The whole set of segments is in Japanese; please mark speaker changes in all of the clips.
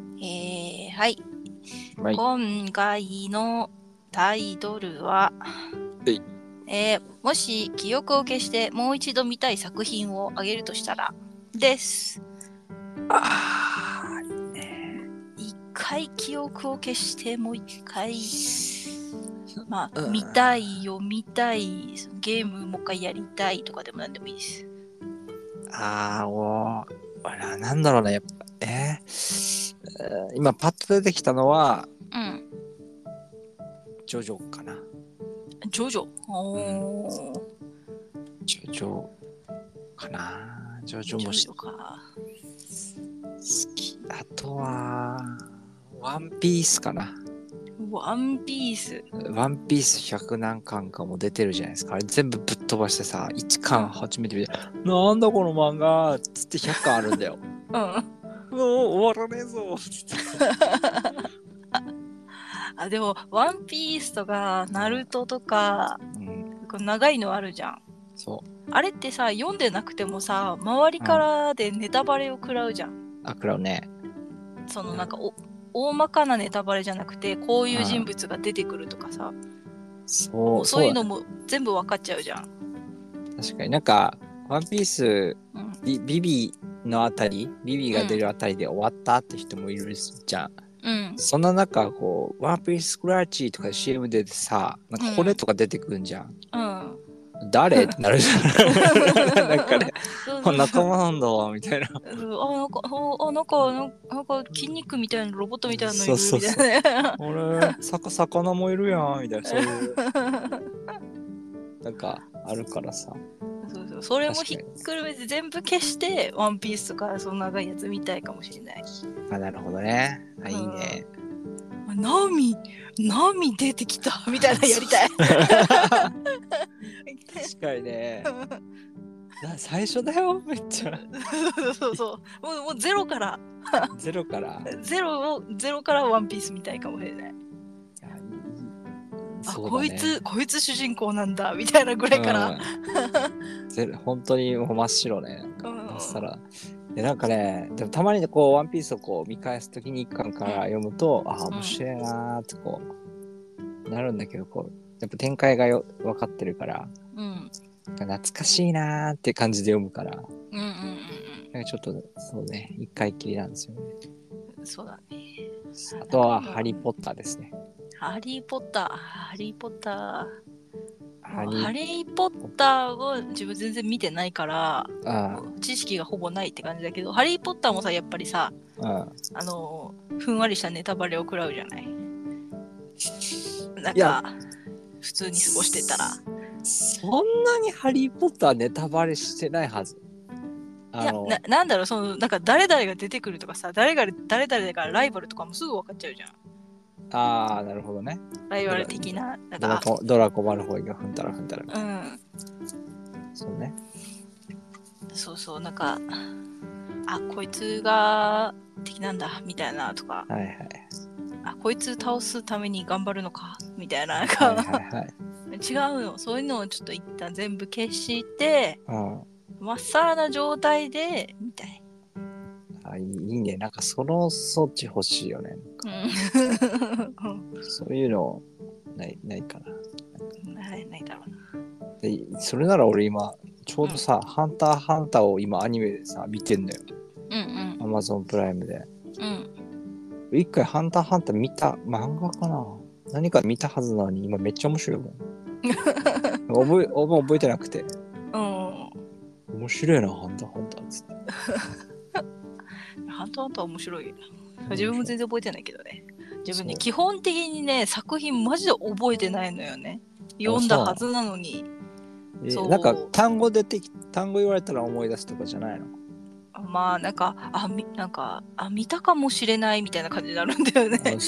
Speaker 1: はい。
Speaker 2: はい。
Speaker 1: 今回のタイトルは
Speaker 2: えい、
Speaker 1: えーもし記憶を消してもう一度見たい作品をあげるとしたらです。
Speaker 2: あ
Speaker 1: 一回記憶を消してもう一回、まあ、
Speaker 2: うん
Speaker 1: 見たい、読みたい、そのゲームもう一回やりたいとかでも何でもいいです。
Speaker 2: ーあー、もう、あら、なんだろうね、やっぱ、えーえー今パッと出てきたのは、
Speaker 1: うん。
Speaker 2: ジョジョかな。
Speaker 1: ジョジョ。おー。
Speaker 2: ジョジョかな。ジョジ
Speaker 1: ジ
Speaker 2: ョも
Speaker 1: ョ
Speaker 2: し
Speaker 1: ジョか。
Speaker 2: 好き。あとは、ワンピースかな。
Speaker 1: ワンピース。
Speaker 2: ワンピース100何巻かも出てるじゃないですか。あれ全部ぶっ飛ばしてさ、1巻初めて見て、なんだこの漫画っつって100巻あるんだ よ。
Speaker 1: うん。
Speaker 2: もう終わらねえぞっつって。
Speaker 1: あでも「ワンピースとか「ナルトとか
Speaker 2: うん、
Speaker 1: こう長いのあるじゃん
Speaker 2: そう。
Speaker 1: あれってさ読んでなくてもさ周りからでネタバレを食らうじゃん、
Speaker 2: あ、クラウね。
Speaker 1: そのなんかお大まかなネタバレじゃなくてこういう人物が出てくるとかさ、
Speaker 2: そう、
Speaker 1: そういう
Speaker 2: だ
Speaker 1: のも全部分かっちゃうじゃん、
Speaker 2: 確かになんか、ワンピース、
Speaker 1: うん、
Speaker 2: ビビビのあたり、ビビが出るあたりで終わったって人もいるじゃん。
Speaker 1: うん
Speaker 2: そんな中、こう、ワンピーススクラッチとか CM でさ、なんか骨とか出てくるんじゃん。
Speaker 1: うん
Speaker 2: 誰ってなるじゃん。 なんかね、
Speaker 1: そう
Speaker 2: あ
Speaker 1: そう
Speaker 2: 仲間なんだわ、みたいな。
Speaker 1: うんあなんかおあなんかなんかなんか筋肉みたいなロボットみたいなのいる
Speaker 2: そうそう
Speaker 1: み
Speaker 2: そう
Speaker 1: たいなね
Speaker 2: 俺、さか魚もいるやん、みたいな、そういう、 なんか、あるからさ。
Speaker 1: そうそうそれも
Speaker 2: 確か
Speaker 1: ひ
Speaker 2: に
Speaker 1: っくるめて全部消してワンピースとかその長いやつ見たいかもしれない
Speaker 2: あ、なるほどね。あ、いいね。
Speaker 1: あナミナミ出てきた みたいなのやりたい
Speaker 2: 確か にね。な最初だよ、めっちゃ。
Speaker 1: そうそうそうもうもうゼロから
Speaker 2: ゼロから。
Speaker 1: ゼロをゼロからワンピース見たいかもしれない
Speaker 2: いやいい
Speaker 1: あ
Speaker 2: そうだね
Speaker 1: こいつこいつ主人公なんだみたいなぐらいから、
Speaker 2: うんゼロ本当にもう真っ白ね。
Speaker 1: うん
Speaker 2: まっさら。でなんかね、でもたまにこう、ワンピースをこう見返すときに一巻から読むと、ああ、面白いなーってこう、なるんだけど、こう、やっぱ展開がよ分かってるから、
Speaker 1: うん、うん
Speaker 2: 懐かしいなーって感じで読むから、
Speaker 1: うんうん
Speaker 2: なんかちょっと、そうね、一回きりなんですよね。
Speaker 1: うんそうだね
Speaker 2: あとは、ハリー・ポッターですね。
Speaker 1: ハリー・ポッターハリー・ポッター
Speaker 2: ハ
Speaker 1: ハ
Speaker 2: リ
Speaker 1: リ
Speaker 2: ー・
Speaker 1: ー・ポッターを自分全然見てないから
Speaker 2: あ
Speaker 1: 知識がほぼないって感じだけどハリー・ポッターもさやっぱりさ
Speaker 2: あ、うん。
Speaker 1: あのふんわりしたネタバレを食らうじゃないなん
Speaker 2: いや
Speaker 1: か普通に過ごしてたら
Speaker 2: そんなにハリー・ポッターネタバレしてないはず。
Speaker 1: い
Speaker 2: あ
Speaker 1: や
Speaker 2: の、
Speaker 1: ななんだろうそのなんか誰々が出てくるとかさ誰が誰々がライバルとかもすぐ分かっちゃうじゃん
Speaker 2: ああ、なるほどね。
Speaker 1: ライバル的ななん
Speaker 2: ドラ
Speaker 1: か
Speaker 2: コ、ドラコマルフォイが踏んたら踏んたら。
Speaker 1: うん
Speaker 2: そうね。
Speaker 1: そうそうなんかあこいつが敵なんだみたいなとか
Speaker 2: はいはい。
Speaker 1: あこいつ倒すために頑張るのかみたいななん
Speaker 2: はい
Speaker 1: か
Speaker 2: はいはい。
Speaker 1: 違うのそういうのをちょっと一旦全部消して
Speaker 2: うん。
Speaker 1: まっさらな状態でみたい
Speaker 2: あいいいいね。なんかその装置欲しいよね。
Speaker 1: うん
Speaker 2: そういうのない、ないかな。
Speaker 1: ないないだろうな。
Speaker 2: で、それなら俺今、ちょうどさ、ハンターハンターを今アニメでさ、見てんだよ。
Speaker 1: うん
Speaker 2: アマゾンプライムで。
Speaker 1: うんうん。
Speaker 2: 一回ハンターハンター見た、漫画かな何か見たはずなのに、今めっちゃ面白いもん。覚え、覚え覚えてなくて。
Speaker 1: う
Speaker 2: 面白いな、ハンターハンターっつって。
Speaker 1: ん。ハントハントは面白いよな。自分も全然覚えてないけどね。自分ね、
Speaker 2: そう
Speaker 1: 基本的にね、作品マジで覚えてないのよね。読んだはずなのに。
Speaker 2: え
Speaker 1: そう
Speaker 2: なんか単語出てき、単語言われたら思い出すとかじゃないの
Speaker 1: まあ、なんか、あ、みなんか、あ、見たかもしれないみたいな感じになるんだよね
Speaker 2: あ。そう。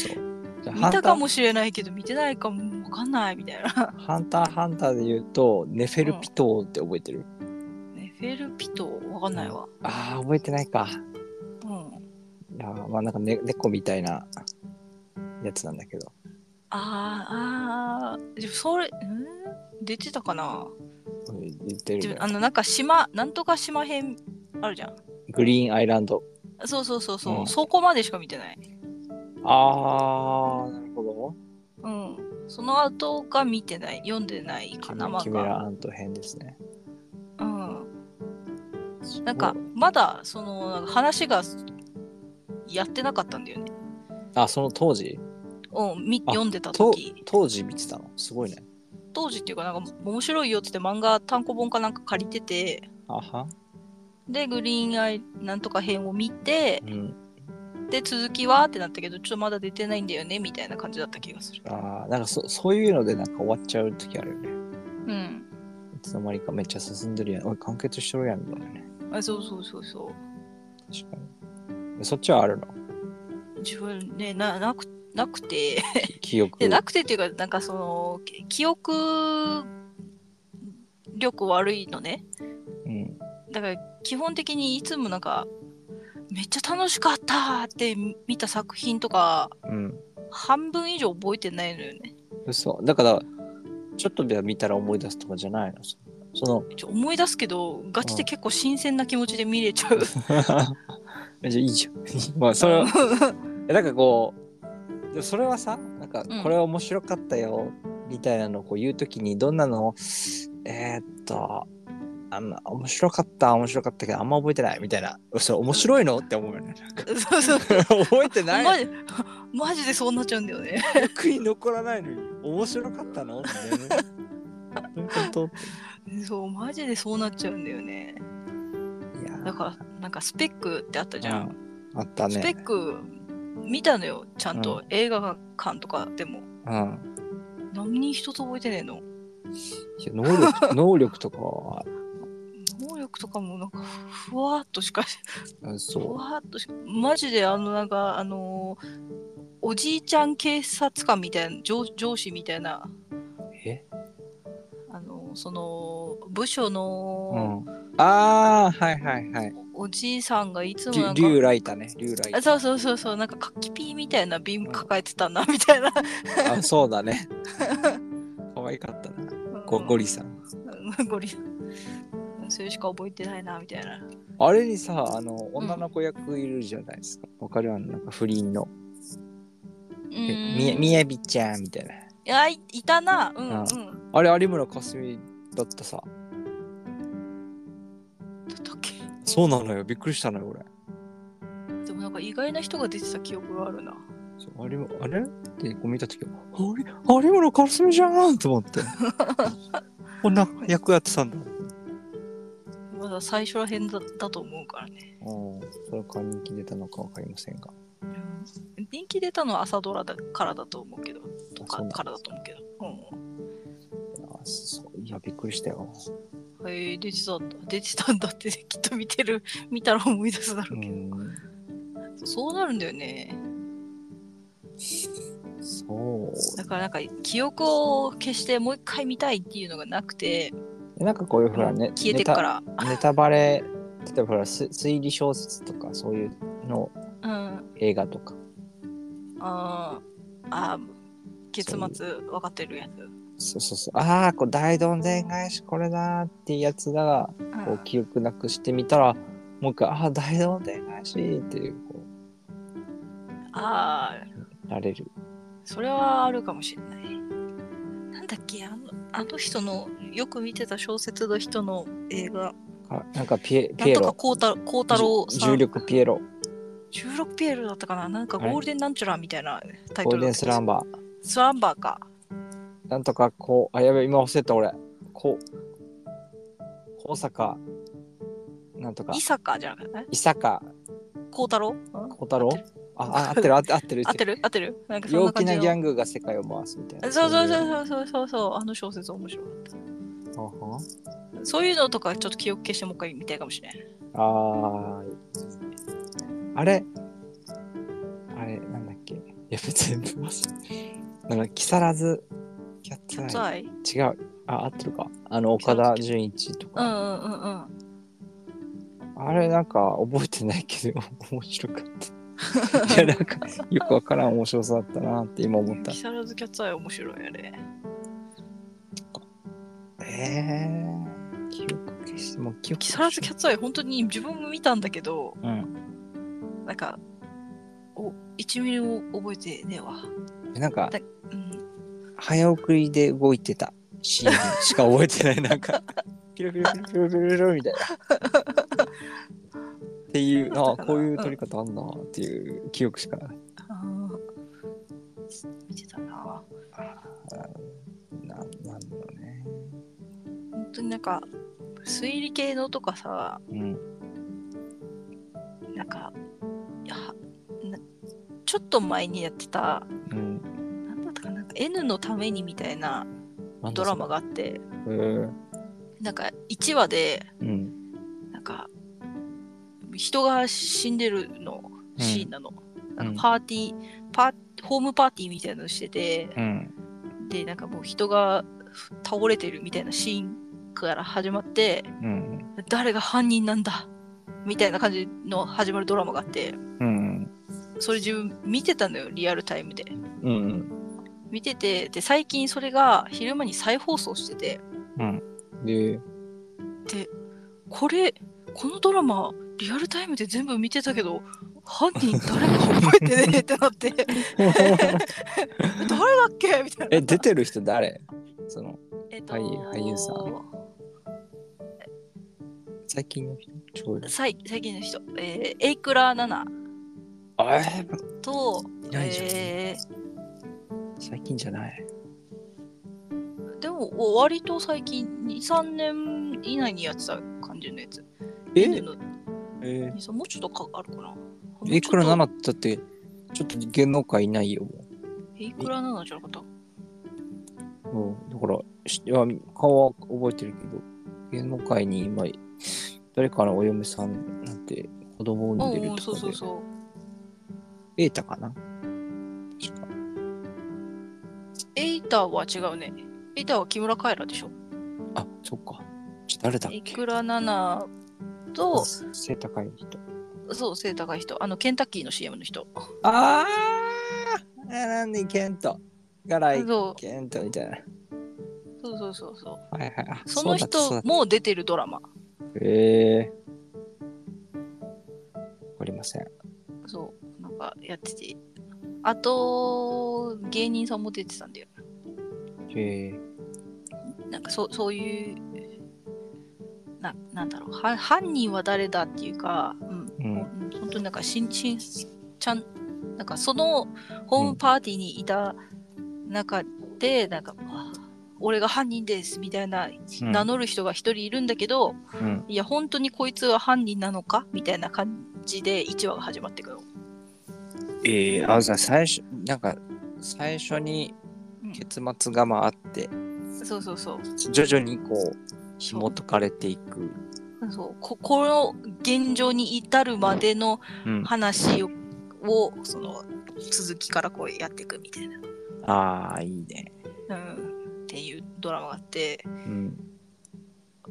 Speaker 2: じゃあハ
Speaker 1: 見
Speaker 2: ンタ
Speaker 1: た
Speaker 2: ー
Speaker 1: かもしれないけど、見てないかもわかんないみたい な。
Speaker 2: ハンターハンターで言うと、ネフェルピトーって覚えてる、
Speaker 1: ね、フェルピト、わかんないわ。
Speaker 2: ああ、覚えてないか。
Speaker 1: うん。
Speaker 2: あーまあなんか、ね、猫みたいなやつなんだけど。
Speaker 1: あーあー、でもそれ、ん出てたかな
Speaker 2: 言って
Speaker 1: 自分
Speaker 2: るね
Speaker 1: あのなんか島なんとか島編あるじゃん
Speaker 2: グリーンアイランド。
Speaker 1: そうそうそうそう、
Speaker 2: うん
Speaker 1: そこまでしか見てない
Speaker 2: ああー、なるほど。
Speaker 1: うん。その後が見てない、読んでないかな、ま
Speaker 2: キメラ
Speaker 1: だ。
Speaker 2: アント編ですね。
Speaker 1: うん。なんか、まだ、その、なんか話がやってなかったんだよね。
Speaker 2: あ、その当時
Speaker 1: うん、み
Speaker 2: あ
Speaker 1: 読んでた
Speaker 2: と
Speaker 1: 時。
Speaker 2: 当時見てたのすごいね。
Speaker 1: 当時っていうか、なんか、面白いよって言って漫画単行本かなんか借りてて、
Speaker 2: あは。
Speaker 1: で、グリーンアイなんとか編を見て、
Speaker 2: うん。
Speaker 1: で、続きはってなったけど、ちょっとまだ出てないんだよね、みたいな感じだった気がする。
Speaker 2: あー、なんかそそういうのでなんか終わっちゃう時あるよね。
Speaker 1: うん。
Speaker 2: いつの間にかめっちゃ進んでるやん。おい、完結してるやんみたいなね。
Speaker 1: あそうそうそうそう。
Speaker 2: 確かに。そっちはあるの
Speaker 1: 自分ね、ななくなくて、
Speaker 2: き記憶。
Speaker 1: でなくてっていうか、なんかその、き記憶力悪いのね。
Speaker 2: うん。
Speaker 1: だから基本的にいつもなんか、めっちゃ楽しかったって見た作品とか、
Speaker 2: うん。
Speaker 1: 半分以上覚えてないのよね。
Speaker 2: 嘘。だから、ちょっとでは見たら思い出すとかじゃないのそそ の、
Speaker 1: ちょ思い出すけど、ガチで結構新鮮な気持ちで見れち ゃう。
Speaker 2: じゃあいいじゃん。 まあ、それは、 えなんかこう、でそれはさ、なんか
Speaker 1: うん、
Speaker 2: これは面白かったよ、みたいなのをこう言うときに、どんなの、えーっと、あんま面白かった、面白かったけど、あんま覚えてないみたいな、それ面白いのって思うよね。 なんか
Speaker 1: そうそう。
Speaker 2: 覚えてない
Speaker 1: マジマジでそうなっちゃうんだよね。
Speaker 2: 悔い残らないのに、面白かったのみたいなねどういうこと
Speaker 1: そう、マジでそうなっちゃうんだよね。
Speaker 2: いや
Speaker 1: だから、なんかスペックってあったじゃん。
Speaker 2: あった
Speaker 1: スペ
Speaker 2: ね。
Speaker 1: ック見たのよ、ちゃんと、
Speaker 2: う
Speaker 1: 映画館とかでも。
Speaker 2: うん。
Speaker 1: 何に一つ覚えてねえの
Speaker 2: いや能 力、能力とかは、
Speaker 1: 能力とかもなんかふふわっとしか、
Speaker 2: うんそ
Speaker 1: ふ
Speaker 2: う。
Speaker 1: わっとしか、マジであのなんか、あのーおじいちゃん警察官みたいな、上上司みたいな、
Speaker 2: え
Speaker 1: あのーその、部署
Speaker 2: う
Speaker 1: の
Speaker 2: ん。ああ、はいはいはい。
Speaker 1: おじいさんがいつもなんか、
Speaker 2: 竜ライタね。竜ライ
Speaker 1: あそうそうそうそうなんかカキピーみたいな瓶抱えてたなみたいな、
Speaker 2: タ。あ、そうだね。可愛かったな。ゴゴ
Speaker 1: リ
Speaker 2: リさん。
Speaker 1: ゴリそれしか覚えてないなみたいな
Speaker 2: あれにさ、あの、女の子役いるじゃないですか。わかるあの、なんか不倫の。えみやみやびちゃんみたいな。
Speaker 1: あいいたなうんうん
Speaker 2: ああれ、有村架純だったさ。
Speaker 1: だったっけ
Speaker 2: そうなのよ。びっくりしたのよ、俺。
Speaker 1: でもなんか意外な人が出てた記憶があるな
Speaker 2: そうあれも、あれってこう見たとき、あれ有村架純じゃんと 思って。こんな役やってたんだ。
Speaker 1: まだ最初らへんだだと思うからね
Speaker 2: うん。それか人気出たのかわかりませんが。
Speaker 1: 人気出たのは朝ドラだからだと思うけどと
Speaker 2: あそ
Speaker 1: か
Speaker 2: うなんだ
Speaker 1: からだと思うけどうん
Speaker 2: あそういや、びっくりしたよ。
Speaker 1: へえ出てたんだ出てたんだってきっと見てる見たら思い出すだ
Speaker 2: う
Speaker 1: ろうけど、
Speaker 2: ん。
Speaker 1: そうなるんだよね
Speaker 2: そう。
Speaker 1: だからなんか記憶を消してもう一回見たいっていうのがなくて
Speaker 2: なんかこういうふうなね、
Speaker 1: 消えてっから、
Speaker 2: ネタネタバレ、例えばほらす推理小説とかそういうの
Speaker 1: うん、
Speaker 2: 映画とか、
Speaker 1: あーあー月
Speaker 2: そう
Speaker 1: 末分かってるやつ、
Speaker 2: そうそうそう、ああ、こう大どんでん返しこれだーっていうやつが、
Speaker 1: うん
Speaker 2: こう記憶なくしてみたら、もう一回、ああ、大どんでん返しっていう、こ
Speaker 1: ああ
Speaker 2: う、なれる。
Speaker 1: それはあるかもしれないなんだっけあのあの人のよく見てた小説の人の映画
Speaker 2: あなんかピエ、
Speaker 1: な
Speaker 2: ピ
Speaker 1: ん
Speaker 2: エ
Speaker 1: とか
Speaker 2: ロ。
Speaker 1: 孝太孝太郎
Speaker 2: じ
Speaker 1: さ
Speaker 2: ゅ重
Speaker 1: ん
Speaker 2: 力ピエロ、
Speaker 1: 16ピエロだったかななんか
Speaker 2: はい
Speaker 1: ゴールデンなんちゃらみたいなタイ
Speaker 2: ゴー
Speaker 1: ト
Speaker 2: ル
Speaker 1: ルだっ
Speaker 2: デン
Speaker 1: た
Speaker 2: スランバ
Speaker 1: スランバーか
Speaker 2: ー、なんとかこう、あ、やべ、今忘れた俺、こう、高坂、なんとか
Speaker 1: 伊、坂じゃなくて
Speaker 2: 伊坂
Speaker 1: 孝太郎
Speaker 2: 小太郎あ、あ合ってる、合ってる、合ってる
Speaker 1: 合ってる合ってるなんかそん
Speaker 2: 陽
Speaker 1: な
Speaker 2: 気
Speaker 1: 感じ
Speaker 2: な
Speaker 1: の
Speaker 2: ギャングが世界を回すみたいな。
Speaker 1: そうそう
Speaker 2: い
Speaker 1: そうそうそうそうそうあの小説面白かっ
Speaker 2: は
Speaker 1: たそういうのとかちょっと記憶消してもう一回見たいかもしれない
Speaker 2: はあーあれあれ、なんだっけいや、別に忘れなんか、木更津キャッ
Speaker 1: キャッ
Speaker 2: ツ
Speaker 1: ツ
Speaker 2: アイ。
Speaker 1: アイ、
Speaker 2: 違う。あ、合ってるか。あの、岡田准一と
Speaker 1: うん
Speaker 2: か。
Speaker 1: うんうんうん
Speaker 2: あれ、なんか、覚えてないけど、面白かった。 いや、なんか、よくわからん面白さだったなって今思った
Speaker 1: 木。更津キャッツアイ面白いあれ
Speaker 2: えー、記憶消して、もう記憶
Speaker 1: 木更津キャッツアイ本当に自分も見たんだけど
Speaker 2: うん。
Speaker 1: なんかお1ミリも覚えてねえわ。
Speaker 2: なんか
Speaker 1: だうん、
Speaker 2: 早送りで動いてたシーンしか覚えてないなんかピロピロピロピロピロピロみたいな。ってい
Speaker 1: そ
Speaker 2: う
Speaker 1: うだ
Speaker 2: あ
Speaker 1: ったかな
Speaker 2: こういう撮り方あんなっていう記憶しかない。
Speaker 1: あー見てたな。
Speaker 2: ななんだろうね。
Speaker 1: 本当になんか推理系のとかさ、
Speaker 2: うん
Speaker 1: なんかいやなちょっと前にやってた、
Speaker 2: うん。
Speaker 1: なんだったかな、なんか N のためにみたいな
Speaker 2: なん
Speaker 1: ド
Speaker 2: だ
Speaker 1: ラマがあって、
Speaker 2: それ。うん
Speaker 1: なんか1話で、
Speaker 2: うん。
Speaker 1: なんか人が死んでるの
Speaker 2: うん
Speaker 1: シーンなの、なん
Speaker 2: うん
Speaker 1: かパーティーパーホームパーティーみたいなのしてて
Speaker 2: うん。
Speaker 1: でなんかもう人が倒れてるみたいなシーンから始まって
Speaker 2: うん。
Speaker 1: 誰が犯人なんだみたいな感じの始まるドラマがあって
Speaker 2: うん。
Speaker 1: それ自分見てたのよリアルタイムで
Speaker 2: うん。
Speaker 1: 見ててで最近それが昼間に再放送してて
Speaker 2: うん。で、
Speaker 1: これこのドラマリアルタイムで全部見てたけど犯人誰も覚えてねえってなって 誰だっけみたいな
Speaker 2: え、出てる人誰その、
Speaker 1: えっ
Speaker 2: 俳俳優さん最近の人ちょうど。
Speaker 1: さい最近の人えー、エイクラナナ
Speaker 2: あえー
Speaker 1: と
Speaker 2: いないじゃん
Speaker 1: え
Speaker 2: 最近じゃない。
Speaker 1: ー、でも割と最近23年以内にやってた感じのやつ
Speaker 2: え
Speaker 1: N の
Speaker 2: え
Speaker 1: 23もうちょっとかあるかな
Speaker 2: ー、いくら7だって、ちょっと芸能界いないよ、もう。
Speaker 1: エイクラナナじゃなかった
Speaker 2: うん、だから、しいや顔は覚えてるけど、芸能界に今、誰かのお嫁さんなんて子供を産んで
Speaker 1: う
Speaker 2: る
Speaker 1: んう
Speaker 2: と
Speaker 1: ん
Speaker 2: か
Speaker 1: そうそう
Speaker 2: う。
Speaker 1: そう
Speaker 2: エータかな確か。
Speaker 1: エイタは違うねエイタは木村カエラでしょ
Speaker 2: あ、そっか。ちょ誰だっ
Speaker 1: い
Speaker 2: け
Speaker 1: くらななと、
Speaker 2: 背高い人。
Speaker 1: そう、背高い人、あの、ケンタッキーの CM の人。
Speaker 2: あーあなんでケント。ガライ
Speaker 1: そ
Speaker 2: ケントみたいな。
Speaker 1: うそうそうそうそう。
Speaker 2: はいはい。あ
Speaker 1: その
Speaker 2: う
Speaker 1: 人
Speaker 2: だった
Speaker 1: も出てるドラマ。
Speaker 2: そうだったへえー。わかりません。
Speaker 1: そう、なんかやってて。あと、芸人さんも出てたんだよ。
Speaker 2: へえ
Speaker 1: なんかそう、そういう、な、なんだろう、は犯人は誰だっていうか、うん、
Speaker 2: うん
Speaker 1: ほん本当になんか、しん、しん、ちゃん、なんかそのホームパーティーにいた中で、なんか、あ俺が犯人ですみたいな
Speaker 2: うん
Speaker 1: 名乗る人が一人いるんだけど、
Speaker 2: うん。
Speaker 1: いや本当にこいつは犯人なのかみたいな感じで1話が始まってくる
Speaker 2: ええあ、じゃあ最初、なんか、最初に結末がまああって、
Speaker 1: そうそうそう
Speaker 2: 徐々にこう、紐解かれていく。
Speaker 1: そうここの現状に至るまでの
Speaker 2: うん
Speaker 1: 話を,、その続きからこうやっていくみたいな、
Speaker 2: ああ、いいね。
Speaker 1: うん、っていうドラマがあって、
Speaker 2: うん。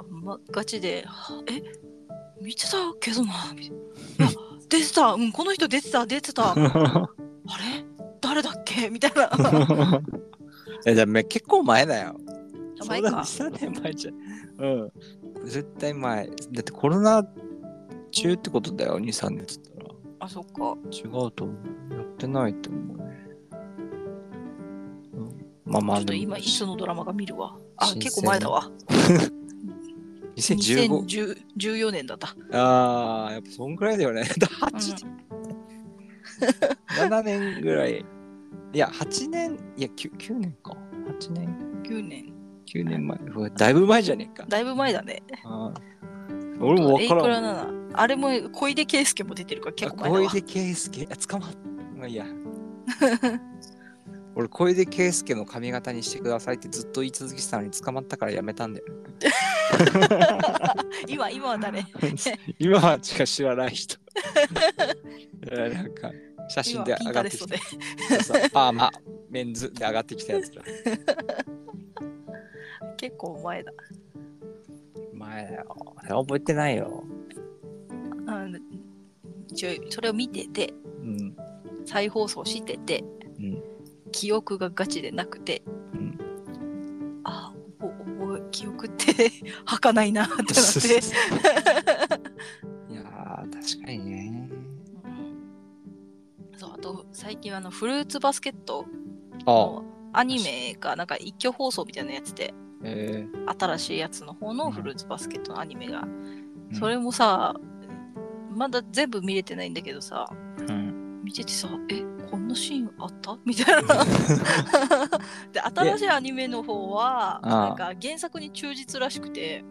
Speaker 1: ま、ガチでは「え見てたけどな」みたいな「いや出てた、うん、この人出てた出てたあれ誰だっけ?」みたい な
Speaker 2: え、じゃあめ結構前だよ。
Speaker 1: 前
Speaker 2: そうだ
Speaker 1: か
Speaker 2: 2、3年前じゃん。うん。絶対前。だってコロナ中ってことだよ、2、3年っつったら。
Speaker 1: あそっか
Speaker 2: 違うと思う。やってないと思うね。うん、まあまあ、
Speaker 1: ちょっと
Speaker 2: でも
Speaker 1: 今いつのドラマか見るわ。あ、
Speaker 2: 新鮮
Speaker 1: 結構前だわ。
Speaker 2: 2015。
Speaker 1: 2014年だった。
Speaker 2: ああ、やっぱそんくらいだよね。8
Speaker 1: う
Speaker 2: 7年ぐらい。いや、8年、いや、9, 9年か。8年、
Speaker 1: ん9年。
Speaker 2: 9年前。うわだいぶ前じゃねえか。
Speaker 1: だいぶ前だね。
Speaker 2: あー俺も分
Speaker 1: エイ
Speaker 2: か
Speaker 1: ク
Speaker 2: らん
Speaker 1: ラ。ならあれも小出圭介も出てるから結構前だわ
Speaker 2: 小。出圭介、あ捕まっまあいいや。 俺、小出圭介の髪型にしてくださいってずっと言い続けてたのに捕まったからやめた んだよ。
Speaker 1: 今、今は誰
Speaker 2: 今はしか知らない人。 いやなんか、写
Speaker 1: 今
Speaker 2: 真
Speaker 1: は
Speaker 2: で
Speaker 1: ピ
Speaker 2: 上
Speaker 1: ン
Speaker 2: が
Speaker 1: タ
Speaker 2: っ
Speaker 1: レ
Speaker 2: て
Speaker 1: スト
Speaker 2: きた
Speaker 1: で。。
Speaker 2: そうそうパーマ、メンズで上がってきたやつだ。
Speaker 1: 結構前だ。
Speaker 2: 前だよ。覚えてないよ。
Speaker 1: うん一応それを見てて、
Speaker 2: うん。
Speaker 1: 再放送してて、
Speaker 2: うん
Speaker 1: 記憶がガチでなくて、
Speaker 2: うん
Speaker 1: あおおお記憶って 儚いなってなっ て。
Speaker 2: いやー、確かにね。
Speaker 1: うんそうあ最近あのフルーツバスケット
Speaker 2: ああ
Speaker 1: のアニメがなんか一挙放送みたいなやつで
Speaker 2: え
Speaker 1: 新しいやつの方のフルーツバスケットのアニメが、
Speaker 2: え
Speaker 1: それもさまだ全部見れてないんだけどさ
Speaker 2: うん
Speaker 1: 見ててさえこんなシーンあった みたい なで新しいアニメの方は
Speaker 2: ああ
Speaker 1: なんか原作に忠実らしくて、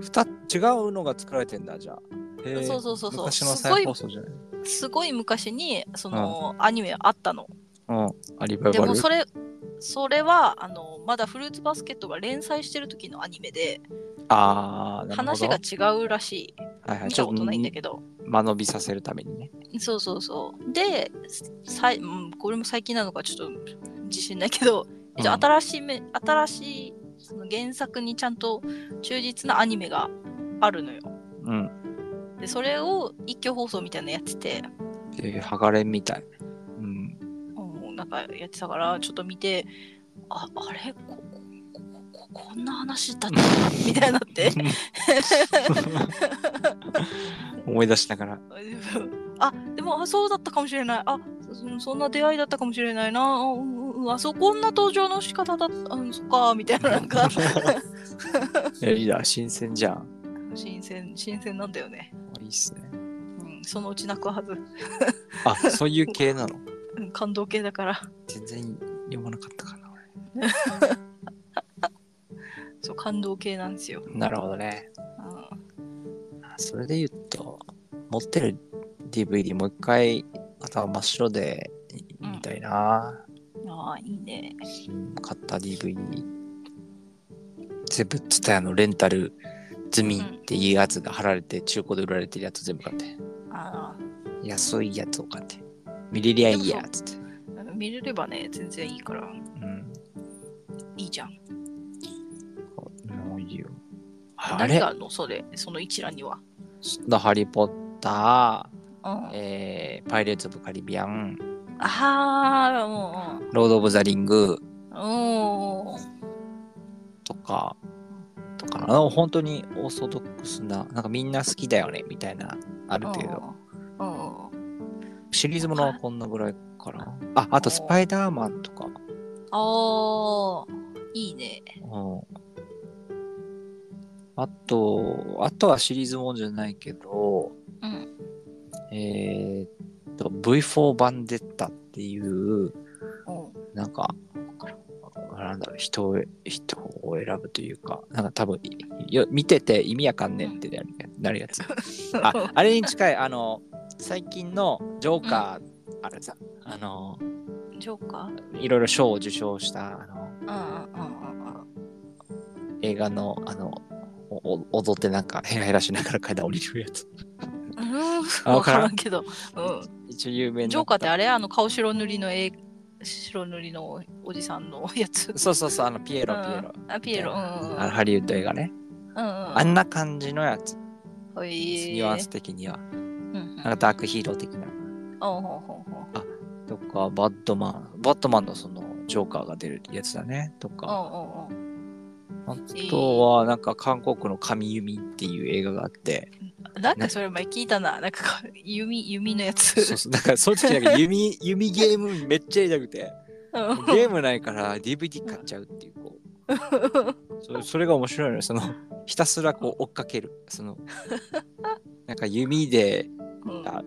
Speaker 2: 二つ違うのが作られてんだじゃあへえ
Speaker 1: そうそうそうそう
Speaker 2: 昔の
Speaker 1: すご
Speaker 2: 再
Speaker 1: い
Speaker 2: 放送じゃない
Speaker 1: すごい昔にそのアニメあったの
Speaker 2: うんアリバイ
Speaker 1: で
Speaker 2: バル
Speaker 1: もそれそれはあのまだフルーツバスケットが連載してる時のアニメで
Speaker 2: ああなるほど
Speaker 1: 話が違うらし
Speaker 2: はい
Speaker 1: い
Speaker 2: はい
Speaker 1: 見
Speaker 2: ち
Speaker 1: た
Speaker 2: ょ
Speaker 1: こ
Speaker 2: っと
Speaker 1: とないんだ
Speaker 2: 間
Speaker 1: けど
Speaker 2: 延びさせるためにね
Speaker 1: そうそうそうでさい、うん、これも最近なのかちょっと自信ないけど、
Speaker 2: うん
Speaker 1: じゃあ新しいめ新しいその原作にちゃんと忠実なアニメがあるのよ
Speaker 2: うん
Speaker 1: でそれを一挙放送みたいなのやってて、
Speaker 2: で剥がれんみたいうん
Speaker 1: うん、なんかやってたからちょっと見てああれこここここんな話だった みたいになって
Speaker 2: 思い出しながら
Speaker 1: あでもあそうだったかもしれないあそそんな出会いだったかもしれないなあ,、うんうん、あそこんな登場の仕方だったうんそっかみたいななん か
Speaker 2: えいいな新鮮じゃん
Speaker 1: 新鮮新鮮なんだよね、
Speaker 2: いいっすね
Speaker 1: うん、そのうち泣くはず、
Speaker 2: あそういう系なの
Speaker 1: うん、感動系だから
Speaker 2: 全然読まなかったかな
Speaker 1: そう感動系なんですよ、
Speaker 2: なるほどね
Speaker 1: うん、
Speaker 2: それで言うと持ってる DVD もう一回頭真っ白で
Speaker 1: うん
Speaker 2: 見たいな、
Speaker 1: ああいいね
Speaker 2: 買った DVD 全部ツタヤのレンタル済みっていうやつが貼られて中古で売られてるやつ全部買って
Speaker 1: ああ
Speaker 2: 安いやつを買って見れりゃいいやっつって、
Speaker 1: 見れればね全然いいから
Speaker 2: うん、
Speaker 1: いいじゃん
Speaker 2: もういいよあ
Speaker 1: 何
Speaker 2: れ
Speaker 1: があるのそれその一覧には
Speaker 2: のハリー・ポッタ
Speaker 1: うん
Speaker 2: ー、えーパイレーツ・オブ・カリビアン
Speaker 1: ああも
Speaker 2: ロード・オブ・ザ・リング
Speaker 1: ううんうん
Speaker 2: とかとかなあの本当にオーソドックスななんかみんな好きだよねみたいなある程度
Speaker 1: うんうん
Speaker 2: シリーズものはこんなぐらいかなああとスパイダーマンとか
Speaker 1: ああ、いいね。
Speaker 2: うんあとあとはシリーズもんじゃないけど
Speaker 1: うん。
Speaker 2: えーっと V4 バンデッタっていう
Speaker 1: う
Speaker 2: なんか、なんだろう、人を、人を選ぶというか、なんか多分、よ見てて意味わかんねんってなるなるやつ。
Speaker 1: ん。
Speaker 2: あ、あれに近い、あの、最近のジョーカー、あれさ、あの、
Speaker 1: ジョーカー
Speaker 2: いろいろ賞を受賞した、あの、
Speaker 1: うんうんうんうん
Speaker 2: 映画の、あの、おお踊ってなんかヘラヘラしながら階段降りるやつ。
Speaker 1: うん。うーん。
Speaker 2: あ
Speaker 1: わ
Speaker 2: わ
Speaker 1: か
Speaker 2: からん
Speaker 1: らんけど。う
Speaker 2: 一応有名
Speaker 1: ん。
Speaker 2: な。
Speaker 1: ジョーカーってあれあの顔白塗りの絵、白塗りのおじさんのやつ。
Speaker 2: そうそうそう、あの、ピエロ、
Speaker 1: うん
Speaker 2: ピエロ。
Speaker 1: あ、ピエロ。うんうんうん。
Speaker 2: あのハリウッド映画ね。
Speaker 1: うんうん。
Speaker 2: あんな感じのやつ、
Speaker 1: ほい
Speaker 2: ニュアンス的には。
Speaker 1: うんうん。
Speaker 2: なんかダークヒーロー的な。
Speaker 1: ほうほうほうほう
Speaker 2: とか、バットマン、バットマンのそのジョーカーが出るやつだね、とか、
Speaker 1: うんうんうん。
Speaker 2: あとはなんか韓国の神弓っていう映画があって、
Speaker 1: なんかそれ前聞いたな。なんか弓、弓のやつ。
Speaker 2: そうそう、なんかその時なんか 弓、弓ゲームめっちゃやりたくて、
Speaker 1: うんうん
Speaker 2: ゲームないから DVD 買っちゃうっていう、こう、それそれが面白いのよ、その、ひたすらこう追っかける、その、なんか弓で、
Speaker 1: うん
Speaker 2: あ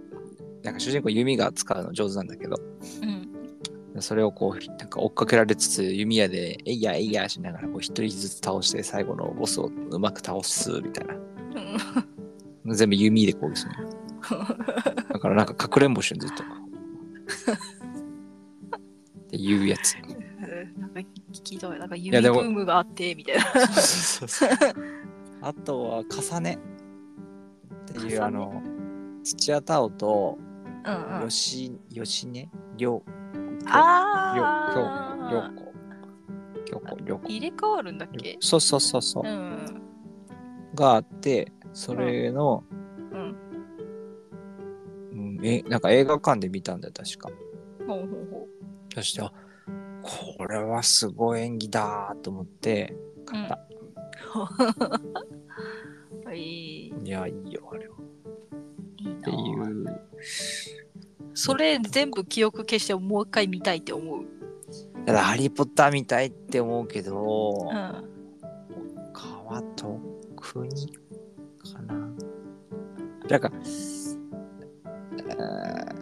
Speaker 2: なんか主人公弓が使うの上手なんだけど、
Speaker 1: うん
Speaker 2: それをこう、なんか追っかけられつつ、弓矢で、えいやえいやしながら、こう、一人ずつ倒して、最後のボスをうまく倒す、みたい
Speaker 1: うん
Speaker 2: な。全部弓で攻撃するの。だからなんか、かくれんぼしてんのずっと。 っていうやつ。
Speaker 1: なんか聞いたわなんか
Speaker 2: い
Speaker 1: 弓ブ
Speaker 2: やでも
Speaker 1: ームがあってみたいな。
Speaker 2: あとは、重ね。って
Speaker 1: 重
Speaker 2: い
Speaker 1: ね
Speaker 2: う、あの、土屋太鳳と、
Speaker 1: うんうん
Speaker 2: よ。し、よしね、りょう、
Speaker 1: あ
Speaker 2: りょ
Speaker 1: あ
Speaker 2: う、きょうこ、りょうこ、りょうこ
Speaker 1: 入れ替わるんだっ
Speaker 2: りょう
Speaker 1: け
Speaker 2: こ。そうそうそうそう
Speaker 1: う。ん
Speaker 2: があってそれの、
Speaker 1: うん
Speaker 2: うんえなんか映画館で見たんだよ確か
Speaker 1: ほうほうほ
Speaker 2: そしてあこれはすごい演技だーと思って買った、
Speaker 1: う はいい
Speaker 2: いやいいよあれはっ
Speaker 1: いな
Speaker 2: ていう
Speaker 1: それ全部記憶消してもう一回見たいって思う。
Speaker 2: ただ、ハリー・ポッター見たいって思うけど
Speaker 1: う、ん。
Speaker 2: 川と国かな。なんか、あー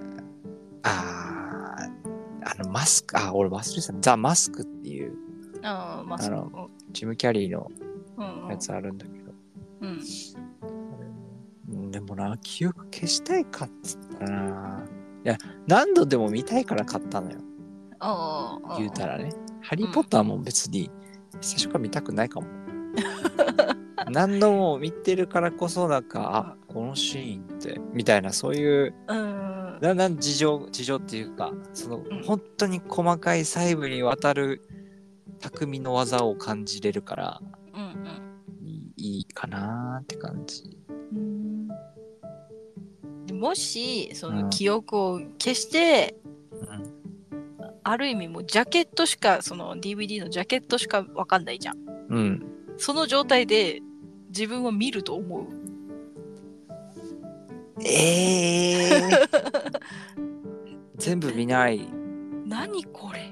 Speaker 2: あー、あの、マスク、あ、俺忘れてた。ザ・マスクっていう、
Speaker 1: ああ、まあ、そ
Speaker 2: あ
Speaker 1: の
Speaker 2: ジム・キャリーの
Speaker 1: うん。
Speaker 2: やつあるんだけど。
Speaker 1: うん。
Speaker 2: うんでもな、記憶消したいかっつったらな。いや、何度でも見たいから買ったのよ。
Speaker 1: ああ。
Speaker 2: 言うた
Speaker 1: ら。
Speaker 2: らね。ハリー・ポッターも別に、最初から見たくないかも。 何度も見てるからこそ、なんか、あ、このシーンって、みたいな、そういう、
Speaker 1: うん。
Speaker 2: だんだん事情、事情っていうか、その
Speaker 1: ん、
Speaker 2: 本当に細かい細部にわたる匠の技を感じれるから、
Speaker 1: うん
Speaker 2: いいいいかなーって感じ。
Speaker 1: うん。でもし、そ
Speaker 2: うん
Speaker 1: の記憶を消して、
Speaker 2: うん、
Speaker 1: ある意味もうジャケットしか、その DVD のジャケットしかわかんないじゃん。
Speaker 2: うん
Speaker 1: その状態で自分を見ると思う。
Speaker 2: ええ 全部見ない。
Speaker 1: 何これ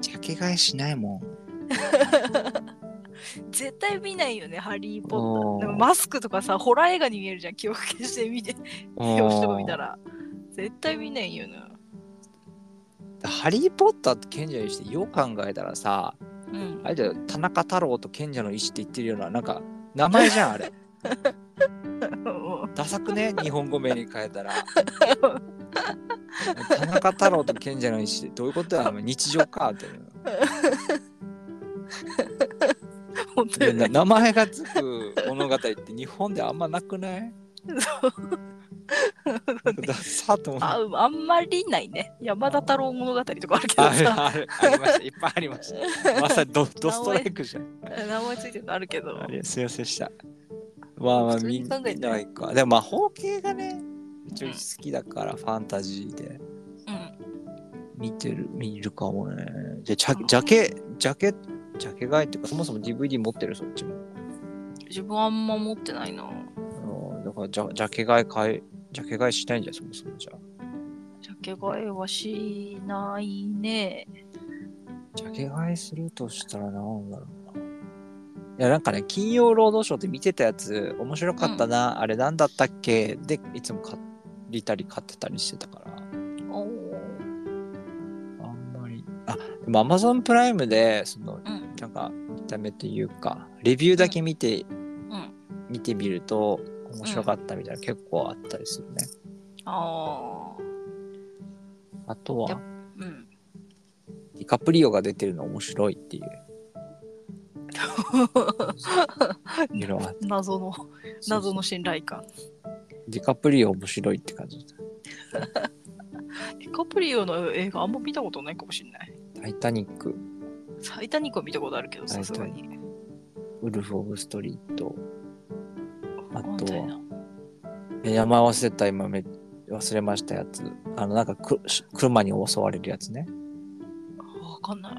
Speaker 2: ジャケ買いしないもん。
Speaker 1: 絶対見ないよね、ハリー・ポッタ
Speaker 2: お
Speaker 1: ー。で
Speaker 2: ー
Speaker 1: もマスクとかさ、ホラー映画に見えるじゃん、記憶消して見て、 表紙とか見たら。絶対見ないよな。
Speaker 2: ハリー・ポッターと賢者の石ってよう考えたらさ、
Speaker 1: うん
Speaker 2: あ。れじゃ田中太郎と賢者の石って言ってるような、なんか名前じゃ ん、あれ。ダサくね、日本語名に変えた ら。田中太郎と賢者の石ってどういうことやの日常かって。
Speaker 1: 本当よ
Speaker 2: いや
Speaker 1: ね。
Speaker 2: 名前がつく物語って日本であんまなくない ダサと思う。
Speaker 1: ああんまりないね。山田太郎物語とかあるけど
Speaker 2: ある
Speaker 1: さ、
Speaker 2: あるありました。いっぱいありました。まさにドドストライクじゃん。
Speaker 1: 名前ついてるのあるけど。
Speaker 2: あれすいませんでした。まあまあ
Speaker 1: 普通
Speaker 2: み
Speaker 1: に
Speaker 2: ん
Speaker 1: 考
Speaker 2: な
Speaker 1: えて
Speaker 2: いか。でもまあ方形がね、一応好きだからファンタジーで
Speaker 1: うん。
Speaker 2: 見てる、見るかもね。じゃあジャジャケ、ジャケ、ジャケ買いっていうかそもそも DVD 持ってるそっちも。
Speaker 1: 自分あんま持ってないな。
Speaker 2: うんだからジャジャケ買い買い、ジャケ買いしたいんじゃんそもそもじゃあ。
Speaker 1: ジャケ買いはしないね。
Speaker 2: ジャケ買いするとしたらなんだろうな。いやなんかね、金曜ロードショーって見てたやつ、面白かったな、あれなんだったっけで、いつも買りたり買ってたりしてたから、
Speaker 1: おー
Speaker 2: あんまり。あ、でも Amazon プライムで、その、
Speaker 1: うん。
Speaker 2: なんか、見た目というか、レビューだけ見て、
Speaker 1: ん
Speaker 2: 見てみると、面白かったみたいな、結構あったりするね。
Speaker 1: あー
Speaker 2: あと
Speaker 1: やっ
Speaker 2: は、
Speaker 1: うん。
Speaker 2: ディカプリオが出てるの面白い っていう。いうのが
Speaker 1: 謎の、謎の信頼感。
Speaker 2: ディカプリオ面白いって感じ。
Speaker 1: ディカプリオの映画あんま見たことないかもしれない。
Speaker 2: タイタニック、
Speaker 1: タイタニックは見たことあるけど、さすがに。
Speaker 2: ウルフ・オブ・ストリート。あ
Speaker 1: わかん
Speaker 2: と
Speaker 1: ない
Speaker 2: は
Speaker 1: な、
Speaker 2: え名前忘れた、今め、忘れましたやつ。あの、なんかく、し車に襲われるやつね。
Speaker 1: わかんない。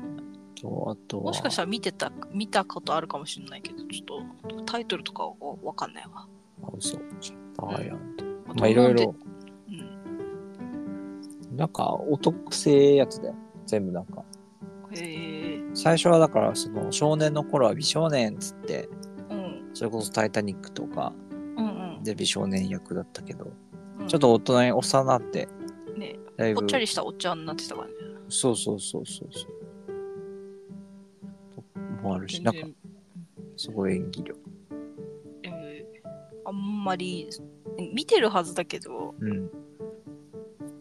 Speaker 2: と、あとは、
Speaker 1: もしかしたら見てた、見たことあるかもしれないけど、ちょっとタイトルとかはわかんないわ。
Speaker 2: あ、嘘。シャッターアイランド。ま
Speaker 1: な
Speaker 2: あ、
Speaker 1: ん
Speaker 2: いろい
Speaker 1: で
Speaker 2: ろ、
Speaker 1: うん。
Speaker 2: なんか、お得性やつだよ。全部なんか。
Speaker 1: へえ。
Speaker 2: 最初はだから、その、少年の頃は美少年っつって、
Speaker 1: うん。
Speaker 2: それこそタイタニックとか
Speaker 1: うん
Speaker 2: で美少年役だったけど、
Speaker 1: うん。
Speaker 2: ちょっと大人に幼なって、
Speaker 1: とね、
Speaker 2: だいぶ
Speaker 1: ぽっちゃりしたおっちゃんになってたからね。
Speaker 2: そうそうそうそうそう。もあるし、
Speaker 1: 全
Speaker 2: なんか
Speaker 1: 然、
Speaker 2: すごい演技力。
Speaker 1: えーあんまり見てるはずだけど、
Speaker 2: うん。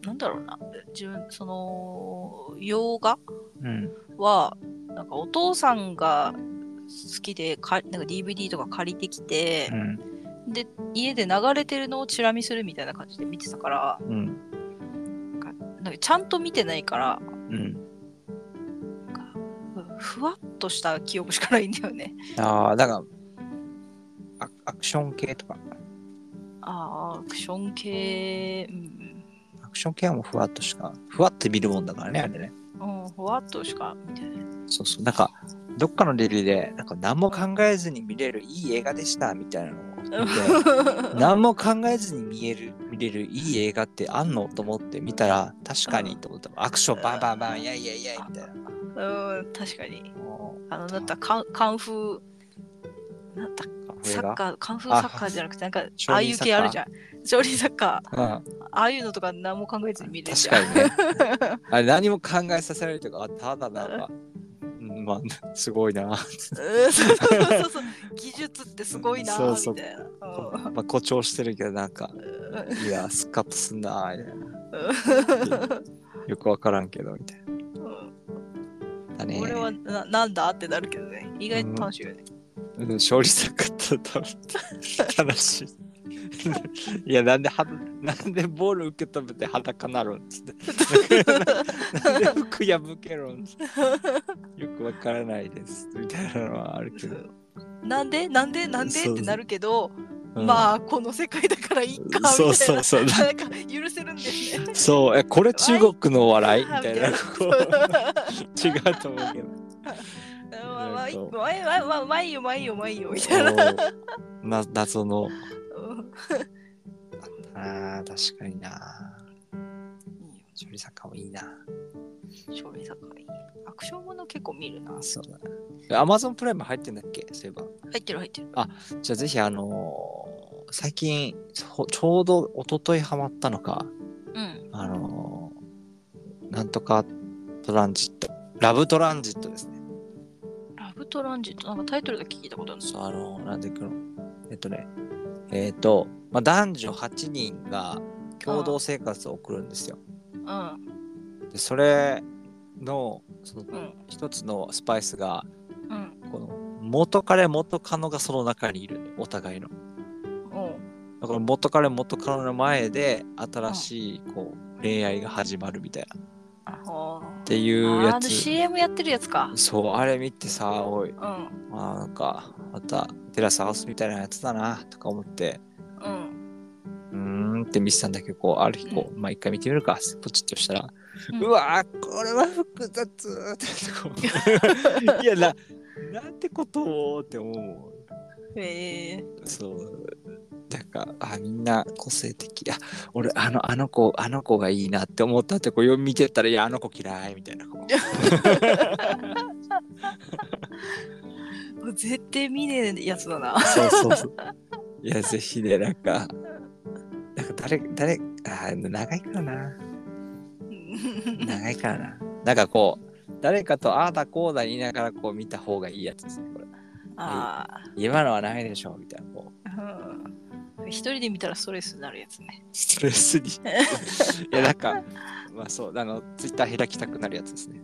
Speaker 1: なんだろうな。自分、その、洋画
Speaker 2: うん。
Speaker 1: はなんかお父さんが好きでかなんか DVD とか借りてきて
Speaker 2: う、ん。
Speaker 1: で家で流れてるのをチラ見するみたいな感じで見てたから
Speaker 2: うん。
Speaker 1: なんかちゃんと見てないから
Speaker 2: うん。
Speaker 1: なんかふふわっとした記憶しかないんだよね。
Speaker 2: ああ、だからア、アクション系とか、
Speaker 1: あーアクション系、うん
Speaker 2: アクション系はもうふわっとしか、ふわって見るもんだからね、あれね。
Speaker 1: うん、ふわっとしか見てない。
Speaker 2: そうそう。なんか、どっかのレビューで、なんか何も考えずに見れるいい映画でした、みたいなの をで何も考えずに見える見れるいい映画ってあんのと思って見たら確かにと思った、アクションバンバンバンいやいやいやみたいな
Speaker 1: うん確かに
Speaker 2: も
Speaker 1: あのだったらカンカンフーなんだっ
Speaker 2: う
Speaker 1: けサッ
Speaker 2: ー
Speaker 1: カーカンフーサッカーじゃなくてなんか
Speaker 2: 少林サッカ
Speaker 1: ああいう
Speaker 2: ー
Speaker 1: 系あるじゃん少林サッカー
Speaker 2: うん、
Speaker 1: ああいうのとか何も考えずに見れるじ
Speaker 2: 確
Speaker 1: ゃん
Speaker 2: かにね あれ何も考えさせられるというかあただなんか、うん、まあすごいな
Speaker 1: うんそうそうそうそう技術ってすごいな
Speaker 2: そうそう
Speaker 1: みたいな
Speaker 2: まあ誇張してるけどなんかいやスカッとすんなみたいなよくわからんけどみたい
Speaker 1: うんうん
Speaker 2: なだね
Speaker 1: 俺はななんだってなるけどね意外と楽しいよね、
Speaker 2: うん勝利したかったと思って楽しいいやなんではなんでボール受け止めて裸なのっつってなんで服破けろんっつってよくわからないですみたいなのはあるけど、
Speaker 1: なんでなんでなんで
Speaker 2: そう
Speaker 1: ってなるけど、
Speaker 2: うん
Speaker 1: まあこの世界だからいいかみたいな
Speaker 2: そうそうそう
Speaker 1: なんか許せるんですね
Speaker 2: そう、え、これ中国の笑いみ
Speaker 1: あー
Speaker 2: たいな、
Speaker 1: み
Speaker 2: こう、違うと思うけど。
Speaker 1: まあまあいいまあいいまあまあまあいいよまあいいよまあいいよみたいな
Speaker 2: おな謎の。
Speaker 1: うん
Speaker 2: ああ、確かにな。
Speaker 1: いいよ
Speaker 2: 処理坂もいいな。
Speaker 1: 勝利作がいいアクションもの結構見るな
Speaker 2: あそうだ。えアマゾンプライム入ってんだっけそういえば。
Speaker 1: 入ってる入ってる
Speaker 2: じゃあぜひ、あのー最近ちょ、ちょうど一昨日ハマったのか、
Speaker 1: うん
Speaker 2: あのーなんとかトランジット、ラブトランジットですね。
Speaker 1: ラブトランジットなんかタイトルだけ聞いたことあるんです
Speaker 2: そう、あの、なんでいくのえっとね、えっ、と、まあ、男女8人が共同生活を送るんですよ。
Speaker 1: うんうん
Speaker 2: でそれの、その
Speaker 1: うん
Speaker 2: 一つのスパイスが、
Speaker 1: うん
Speaker 2: この、元彼元カノがその中にいるの、お互いの。だから元彼元カノの前で、新しい、こう、恋愛が始まるみたいな。
Speaker 1: あほー
Speaker 2: っていう
Speaker 1: あ
Speaker 2: や
Speaker 1: あの
Speaker 2: つ。
Speaker 1: CM やってるやつか
Speaker 2: そう、あれ見てさ、おい、
Speaker 1: うん
Speaker 2: まあなんか、また、テラスハウスみたいなやつだな、とか思って、
Speaker 1: うん
Speaker 2: うーんって見てたんだけど、こう、ある日、こう、まあ一回見てみるか、ポチッとしたら、
Speaker 1: う
Speaker 2: うんわー、これは複雑って こういや、な、なんてことをって思
Speaker 1: へえ
Speaker 2: う。そう。なんか、あ、みんな個性的。あ、俺、あの、あの子、あの子がいいなって思ったって、こう、見てたら、いや、あの子嫌いみたいな。こう
Speaker 1: 絶対見ねえやつだな。
Speaker 2: そうそうそう。 いや、ぜひね、なんか、なんか誰、誰、あー、長いからな。長いからな。なんかこう、誰かとああだこうだ言いながらこう見た方がいいやつですね、これ。
Speaker 1: あ
Speaker 2: 今のはないでしょ、みたいな。こう、
Speaker 1: あ、うん。一人で見たらストレスになるやつね。
Speaker 2: ストレスに。いや、なんか、まあそう、あの、ツイッター開きたくなるやつですね。うん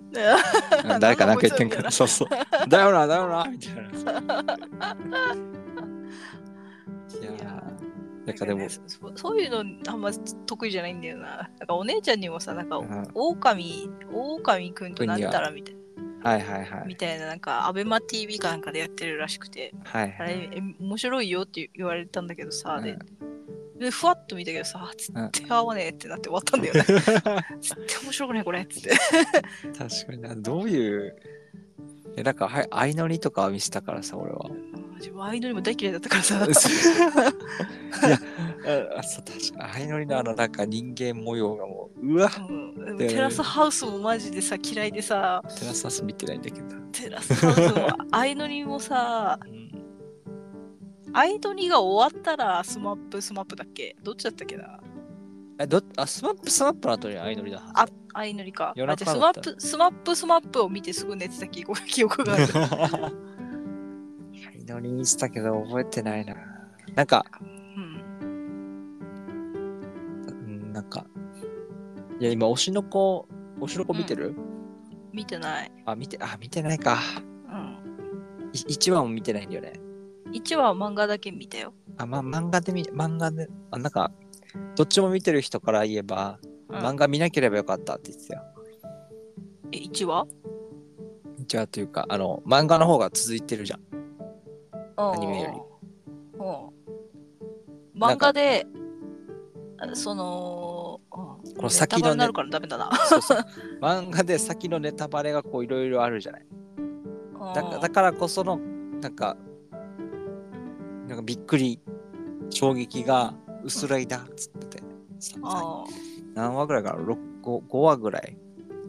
Speaker 2: 誰かなんか言ってんか な。そうそう。だよな、だよな、みたいな。いやー、なんかで も、
Speaker 1: そそういうのあんま得意じゃないんだよな。なんかお姉ちゃんにもさ、なんか
Speaker 2: うん、
Speaker 1: 狼、狼くんとなんたらみたいな、
Speaker 2: はいはいはい。
Speaker 1: みたいな、なんか、アベマ TV かなんかでやってるらしくて、
Speaker 2: はい
Speaker 1: あ
Speaker 2: は
Speaker 1: れ、
Speaker 2: い。
Speaker 1: え面白いよって言われたんだけどさ、
Speaker 2: う
Speaker 1: で
Speaker 2: ん、
Speaker 1: でふわっと見たけどさ、つ
Speaker 2: うん
Speaker 1: って合わねえってなって終わったんだよね。つって面白くないこれっつって。
Speaker 2: 確かにな、どういう、え、なんか、はい、相乗りとか見せたからさ、俺 は。
Speaker 1: うん自分アイドルも大嫌いだったからさ。
Speaker 2: あそう確かに相乗りのあのなんか人間模様がもううわ
Speaker 1: うんでも
Speaker 2: で
Speaker 1: テラスハウスもマジでさ嫌いでさ
Speaker 2: テラスハウス見てないんだけど、
Speaker 1: テラスハウスも相乗りもさ相乗りが終わったらスマップスマップだっけどっちだったっけな
Speaker 2: えどあスマップスマップの後に相乗りだ
Speaker 1: あ相乗りか
Speaker 2: 夜
Speaker 1: あじゃ
Speaker 2: 中
Speaker 1: あス
Speaker 2: だ
Speaker 1: マ
Speaker 2: っ
Speaker 1: ッ
Speaker 2: た
Speaker 1: プスマップスマップを見てすぐ寝てた記憶記 憶がある
Speaker 2: 相乗りにしたけど覚えてないななんか
Speaker 1: うん
Speaker 2: うんなんかいや今推しの子推しの子見てる、
Speaker 1: 見てない、
Speaker 2: あ見てあ見てないか
Speaker 1: うん、
Speaker 2: い1話も見てないんだよね
Speaker 1: 1話は漫画だけ見たよ、
Speaker 2: あま漫画で見漫画であなんかどっちも見てる人から言えば、
Speaker 1: うん
Speaker 2: 漫画見なければよかったって言ってたよ
Speaker 1: え1話
Speaker 2: じゃあというかあの漫画の方が続いてるじゃん
Speaker 1: ア
Speaker 2: ニメより
Speaker 1: うん
Speaker 2: な
Speaker 1: 漫
Speaker 2: んか
Speaker 1: 画であその、うん、
Speaker 2: この先
Speaker 1: ネタバ
Speaker 2: のね
Speaker 1: レになるからダメだな
Speaker 2: そう そう漫画で先のネタバレがこういろいろあるじゃないだかだからこそのなんかなんかびっくり衝撃が薄らいだっつってて、
Speaker 1: ああ、
Speaker 2: 何話ぐらいから 5, 5話ぐらい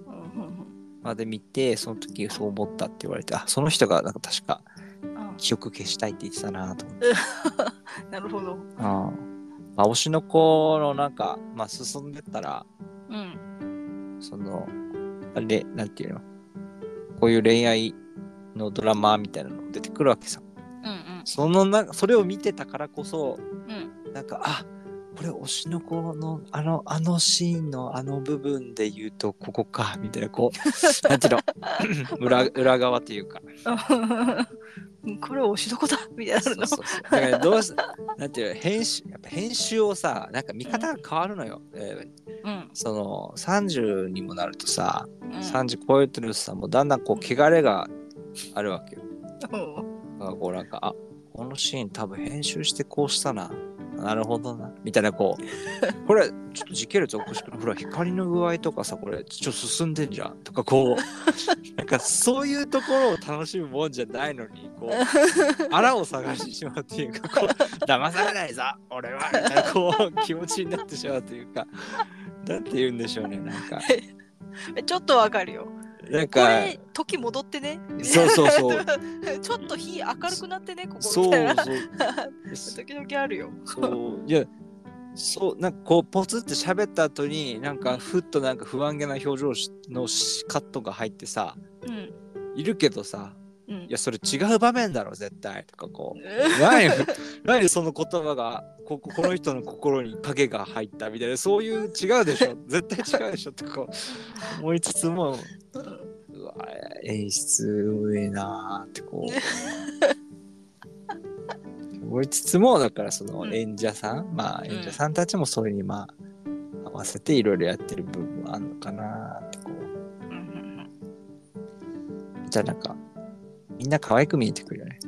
Speaker 1: うんうん
Speaker 2: まで見てその時そう思ったって言われてあその人がなんか確か
Speaker 1: うんあ
Speaker 2: 記憶消したいって言ってたなと思って
Speaker 1: ー。 なるほど。
Speaker 2: あまあ推しの子のなんか、まあ、進んでったら
Speaker 1: うん。
Speaker 2: そのあれなんていうのこういう恋愛のドラマみたいなの出てくるわけさ
Speaker 1: うん
Speaker 2: そのなそれを見てたからこそ
Speaker 1: うん。うん。
Speaker 2: なんかあこれ推しの子のあのあのシーンのあの部分で言うとここかみたいな こうなんていうの 裏裏側というか
Speaker 1: これ推しどこだみたいな
Speaker 2: そう
Speaker 1: の。
Speaker 2: そうそうだからどうしなんていうの編集やっぱ編集をさなんか見方が変わるのよ、えー
Speaker 1: うん。
Speaker 2: その30にもなるとさ、
Speaker 1: うん
Speaker 2: 30超えてるとさもうだんだんこう汚れがあるわけよ
Speaker 1: うん
Speaker 2: だからこうなんかあこのシーン多分編集してこうしたななるほどなみたいなこ うこれちょっと時系列おかしくないほら光の具合とかさこれちょっと進んでんじゃんとかこ うなんかそういうところを楽しむもんじゃないのにこう あらを探してしまうっていうかこう騙されないぞ俺はみたいなこう気持ちになってしまうというかなんて言うんでしょうねなんか
Speaker 1: ちょっとわかるよ。
Speaker 2: なん
Speaker 1: こ
Speaker 2: か
Speaker 1: れ時戻ってね。
Speaker 2: そうそうそう
Speaker 1: ちょっと日明るくなってねここ
Speaker 2: そ
Speaker 1: み
Speaker 2: う
Speaker 1: たいな。
Speaker 2: そう
Speaker 1: 時々あるよ。
Speaker 2: そういやそうなんかこうポツって喋った後になんかふっとなんか不安げな表情しのしカットが入ってさ
Speaker 1: うん。
Speaker 2: いるけどさ
Speaker 1: うん
Speaker 2: い。やそれ違う場面だろ絶対とかこう
Speaker 1: う
Speaker 2: 何 何その言葉がこここの人の心に影が入ったみたいなそういう違うでしょ絶対違うでしょとか思いつつも
Speaker 1: ん
Speaker 2: うわ演出うめえなーってこ う思いつつもだからその
Speaker 1: うん
Speaker 2: 演者さん、まあ
Speaker 1: ん
Speaker 2: 演者さんたちもそれにまあ合わせていろいろやってる部分はあるのかなーってこう
Speaker 1: うんうん
Speaker 2: じゃあなんかみんな可愛く見えてくる よね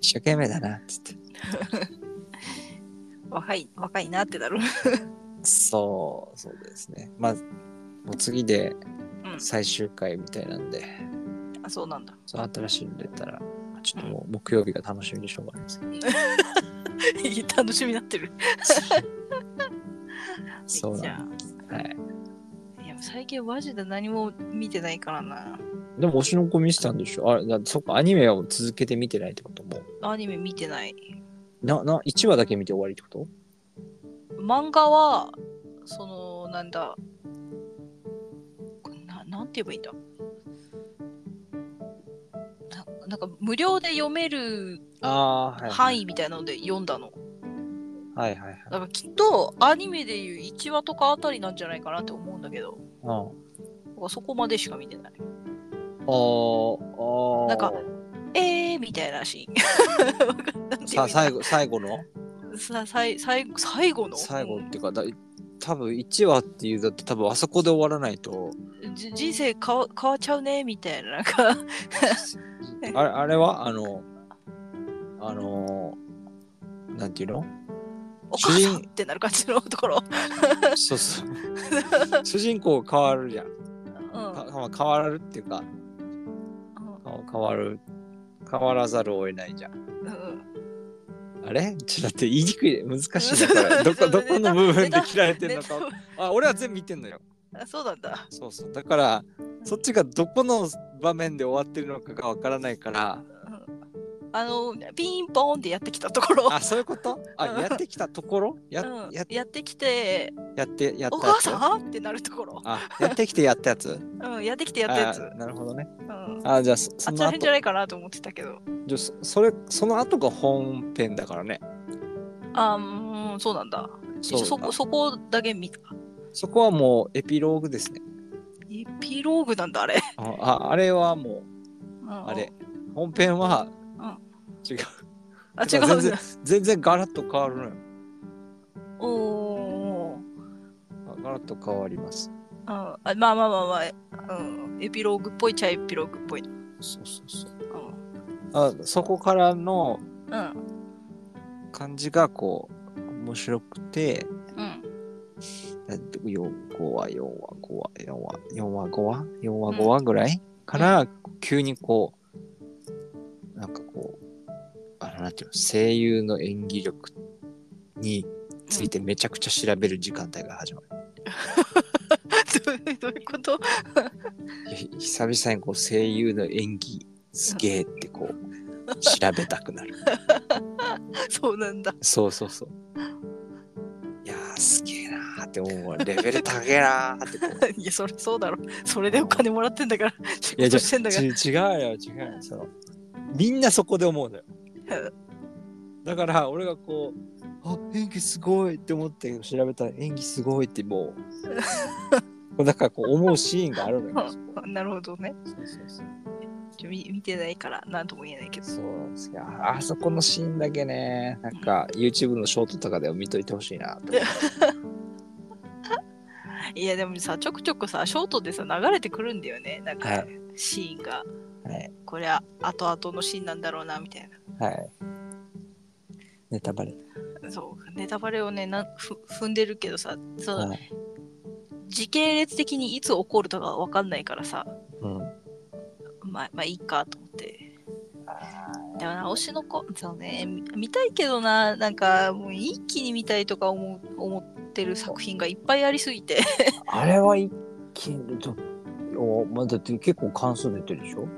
Speaker 2: 一生懸命だなっつって
Speaker 1: うん若い若いなってだろう。
Speaker 2: そうそうですねまあもう次で
Speaker 1: うん
Speaker 2: 最終回みたいなんで、
Speaker 1: あそうなんだ。
Speaker 2: そう新しいの出たらちょっともう木曜日が楽しみでしょうがないですけど
Speaker 1: いい楽しみになってる。
Speaker 2: そう
Speaker 1: じ
Speaker 2: な
Speaker 1: ゃ
Speaker 2: んですはい
Speaker 1: あいや最近マジで何も見てないからな。
Speaker 2: でも推しの子見てたんでしょあれだそっかアニメを続けて見てないってことも
Speaker 1: アニメ見てない。
Speaker 2: なな1話だけ見て終わりってこと
Speaker 1: 漫画はそのなんだななんて言えばいいんだななんか無料で読める
Speaker 2: ああはい
Speaker 1: 範囲みたいなので読んだの、
Speaker 2: はいはいはい
Speaker 1: だからきっとアニメでいう1話とかあたりなんじゃないかなって思うんだけど
Speaker 2: うんあ
Speaker 1: 僕はそこまでしか見てない
Speaker 2: ーあ
Speaker 1: なんかえーみたいなシーン わかんない
Speaker 2: さ最後最後の
Speaker 1: さ最最最後の
Speaker 2: 最後
Speaker 1: う
Speaker 2: っ
Speaker 1: ん
Speaker 2: ていうかだ多分1話っていうだって多分あそこで終わらないと
Speaker 1: じ人生変わ変わっちゃうねみたいななんか
Speaker 2: あれあれはあのあのなんていう の
Speaker 1: お母さん
Speaker 2: 主
Speaker 1: っ
Speaker 2: 人
Speaker 1: てなる感じのところ
Speaker 2: そうそう 主人公変わるじゃん
Speaker 1: うん
Speaker 2: かまあ変わるっていうか変わる変わらざるを得ないじゃん
Speaker 1: うん
Speaker 2: あれちょっと待って言いにくい難しいなこ れどこどこの部分で切られてるのかあ俺は全部見てんのよ
Speaker 1: あそうなんだ。
Speaker 2: そうそうだからそっちがどこの場面で終わってるのかがわからないから
Speaker 1: あのピンポーンってやってきたところ、
Speaker 2: あそういうことあやってきたところや,、
Speaker 1: うん、
Speaker 2: や
Speaker 1: やってきて
Speaker 2: やってや
Speaker 1: お
Speaker 2: ったや
Speaker 1: 母
Speaker 2: つ
Speaker 1: さんってなるところ、
Speaker 2: あやってきてやったやつ
Speaker 1: うん、やってきてやったやつ、
Speaker 2: あなるほどね
Speaker 1: うん、あ
Speaker 2: あじゃあそそ
Speaker 1: っち
Speaker 2: の
Speaker 1: らへんじ
Speaker 2: 後
Speaker 1: ゃないかなと思ってたけど
Speaker 2: じゃあそそれその後が本編だからね
Speaker 1: あーうんそうなんだ
Speaker 2: そ
Speaker 1: そうこそこだけ見た
Speaker 2: あそこはもうエピローグですね
Speaker 1: エピローグなんだあれ、
Speaker 2: あああれはも
Speaker 1: う
Speaker 2: う
Speaker 1: ん
Speaker 2: あれ本編は
Speaker 1: うん
Speaker 2: 違う
Speaker 1: あ
Speaker 2: て
Speaker 1: 違
Speaker 2: か
Speaker 1: うん
Speaker 2: 全
Speaker 1: だ
Speaker 2: 然全然ガラッと変わるのよ
Speaker 1: おお
Speaker 2: あガラッと変わります
Speaker 1: うんあまあまあまあまあ、うん、エピローグっぽいっちゃエピローグっぽい、うん
Speaker 2: そうそうそうあそこからの
Speaker 1: うん
Speaker 2: 感じがこう面白くて
Speaker 1: うん
Speaker 2: 4話4話5話4話4話5話4話5話ぐらいから急にこうなんかこうあのなんていうの声優の演技力についてめちゃくちゃ調べる時間帯が始まる。
Speaker 1: どういうどういうこと
Speaker 2: ひ久々にこう声優の演技すげえってこう調べたくな る。
Speaker 1: そうなんだ。
Speaker 2: そうそうそう。いやーすげえなーって思うわ。レベル高えなーってこ う。
Speaker 1: いや、それそうだろ。それでお金もらってんだから、仕
Speaker 2: いや
Speaker 1: 事
Speaker 2: じゃ
Speaker 1: してんだか
Speaker 2: ち 違うよ違うよそのみんなそこで思うのよ
Speaker 1: ら。
Speaker 2: だから俺がこうあ演技すごいって思って調べたら演技すごいってもう だからこう思うシーンがあるの よ
Speaker 1: なるほどね。
Speaker 2: そうそうそう
Speaker 1: ちょみ見てないから、なんとも言えないけど。
Speaker 2: そうなんですよああそこのシーンだけねなんか YouTube のショートとかでも見といてほしいなと思って
Speaker 1: いや、でもさ、ちょくちょくさ、ショートでさ、流れてくるんだよね。なん
Speaker 2: は
Speaker 1: か、シーンが。
Speaker 2: はい
Speaker 1: これは後々のシーンなんだろうな、みたい
Speaker 2: はいネタバレ、
Speaker 1: な。そう、ネタバレをね、なふ踏んでるけどさ、その
Speaker 2: はい
Speaker 1: 時系列的にいつ起こるとかわかんないからさ、
Speaker 2: うん、
Speaker 1: まあ、まあいいかと思って。でもな、推しの子、そうね、み見たいけどな、なんか、もう一気に見たいとか思う思ってる作品がいっぱいありすぎて。
Speaker 2: あれは一気にとおまあだって結構関数出てるでしょ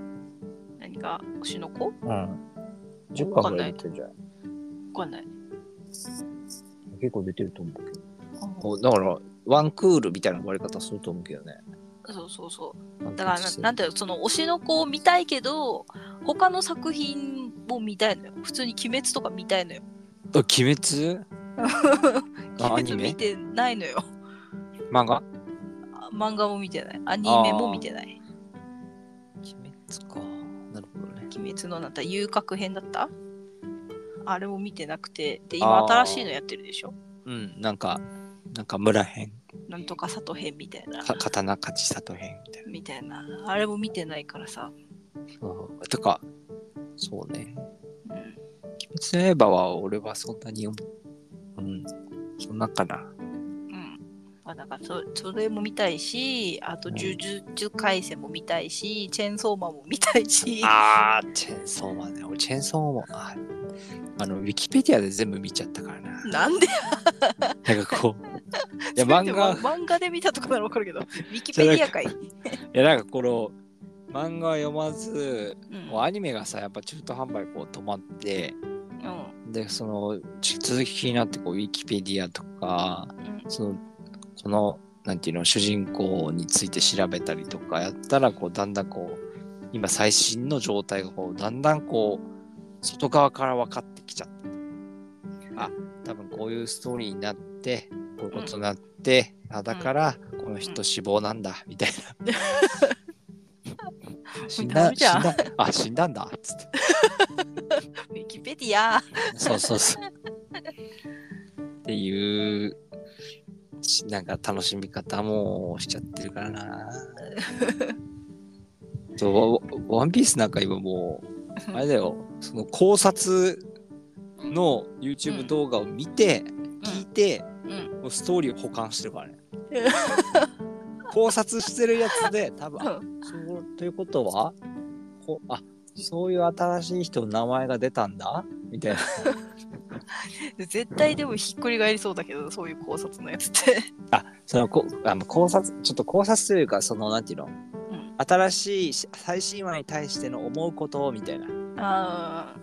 Speaker 1: 何か、推しの子わ
Speaker 2: うん。10巻ぐらい出てるじゃん。
Speaker 1: かんない。
Speaker 2: 結構出てると思うけど。だから、ワンクールみたいな終わり方すると思うけどね。
Speaker 1: そうそうそう。だからな、なんていうの、その推しの子を見たいけど、他の作品も見たいのよ。普通に鬼滅とか見たいのよ。
Speaker 2: あ、鬼 滅あア
Speaker 1: 鬼
Speaker 2: ニ
Speaker 1: 滅
Speaker 2: メ
Speaker 1: 見てないのよ。
Speaker 2: 漫画
Speaker 1: あ漫画も見てない。アニメも見てない。
Speaker 2: 鬼滅か。なるほどね。
Speaker 1: 鬼滅のなんだ遊郭編だったあれも見てなくて、で、
Speaker 2: あ
Speaker 1: 今
Speaker 2: ー
Speaker 1: 新しいのやってるでしょ。
Speaker 2: うん、なんか、なんか村編、
Speaker 1: なんとか里編みたいな。
Speaker 2: か刀勝ち里編みたい
Speaker 1: みたいな。あれも見てないからさ。
Speaker 2: な。とか、そうね。
Speaker 1: うん
Speaker 2: 鬼滅の刃は俺はそんなに思う。うん。そんなかな。
Speaker 1: うん。まあ、なんかそ、それも見たいし、あと、
Speaker 2: うん
Speaker 1: 呪術廻戦も見たいし、チェーンソーマンも見たいし。
Speaker 2: あー、チェーンソーマンね。俺、チェーンソーマン。ああの、ウィキペディアで全部見ちゃったから な。
Speaker 1: なんで
Speaker 2: なんかこう。い
Speaker 1: せ
Speaker 2: や、
Speaker 1: めて
Speaker 2: 漫画、い
Speaker 1: ま漫画で見たとかならわかるけど、ウィキペディアかい。
Speaker 2: や、なんかこの、漫画は読まず、
Speaker 1: うん
Speaker 2: もうアニメがさ、やっぱ中途販売こう止まって、
Speaker 1: うん
Speaker 2: で、その、ち続き気になって、こう、ウィキペディアとか、
Speaker 1: うん
Speaker 2: その、この、なんていうの、主人公について調べたりとかやったら、こう、だんだんこう、今最新の状態がこう、だんだんこう、外側から分かってきちゃった。あ、多分こういうストーリーになって、こういうことになって、あ、だから、この人死亡なんだ、みたい な。死んだ、
Speaker 1: ダメ
Speaker 2: 死
Speaker 1: じゃ
Speaker 2: ん
Speaker 1: ん
Speaker 2: だ、あ、死んだんだ、つって。
Speaker 1: ウィキペディア。
Speaker 2: そうそうそう。っていう、しなんか楽しみ方もしちゃってるからな。そうワワンピースなんか今もう、あれだよ、その考察の YouTube 動画を見て、聞いて、
Speaker 1: うん
Speaker 2: もうストーリーを保管してるからね
Speaker 1: う。
Speaker 2: 考察してるやつで、多分、
Speaker 1: う
Speaker 2: あそうということはこあそういう新しい人の名前が出たんだみたいな。
Speaker 1: 絶対でもひっくり返りそうだけど、そういう考察のやつって。
Speaker 2: あそのこあの考察ちょっと考察というかそのなんていうの、
Speaker 1: ん
Speaker 2: 新しいし最新話に対しての思うことみたいな
Speaker 1: あ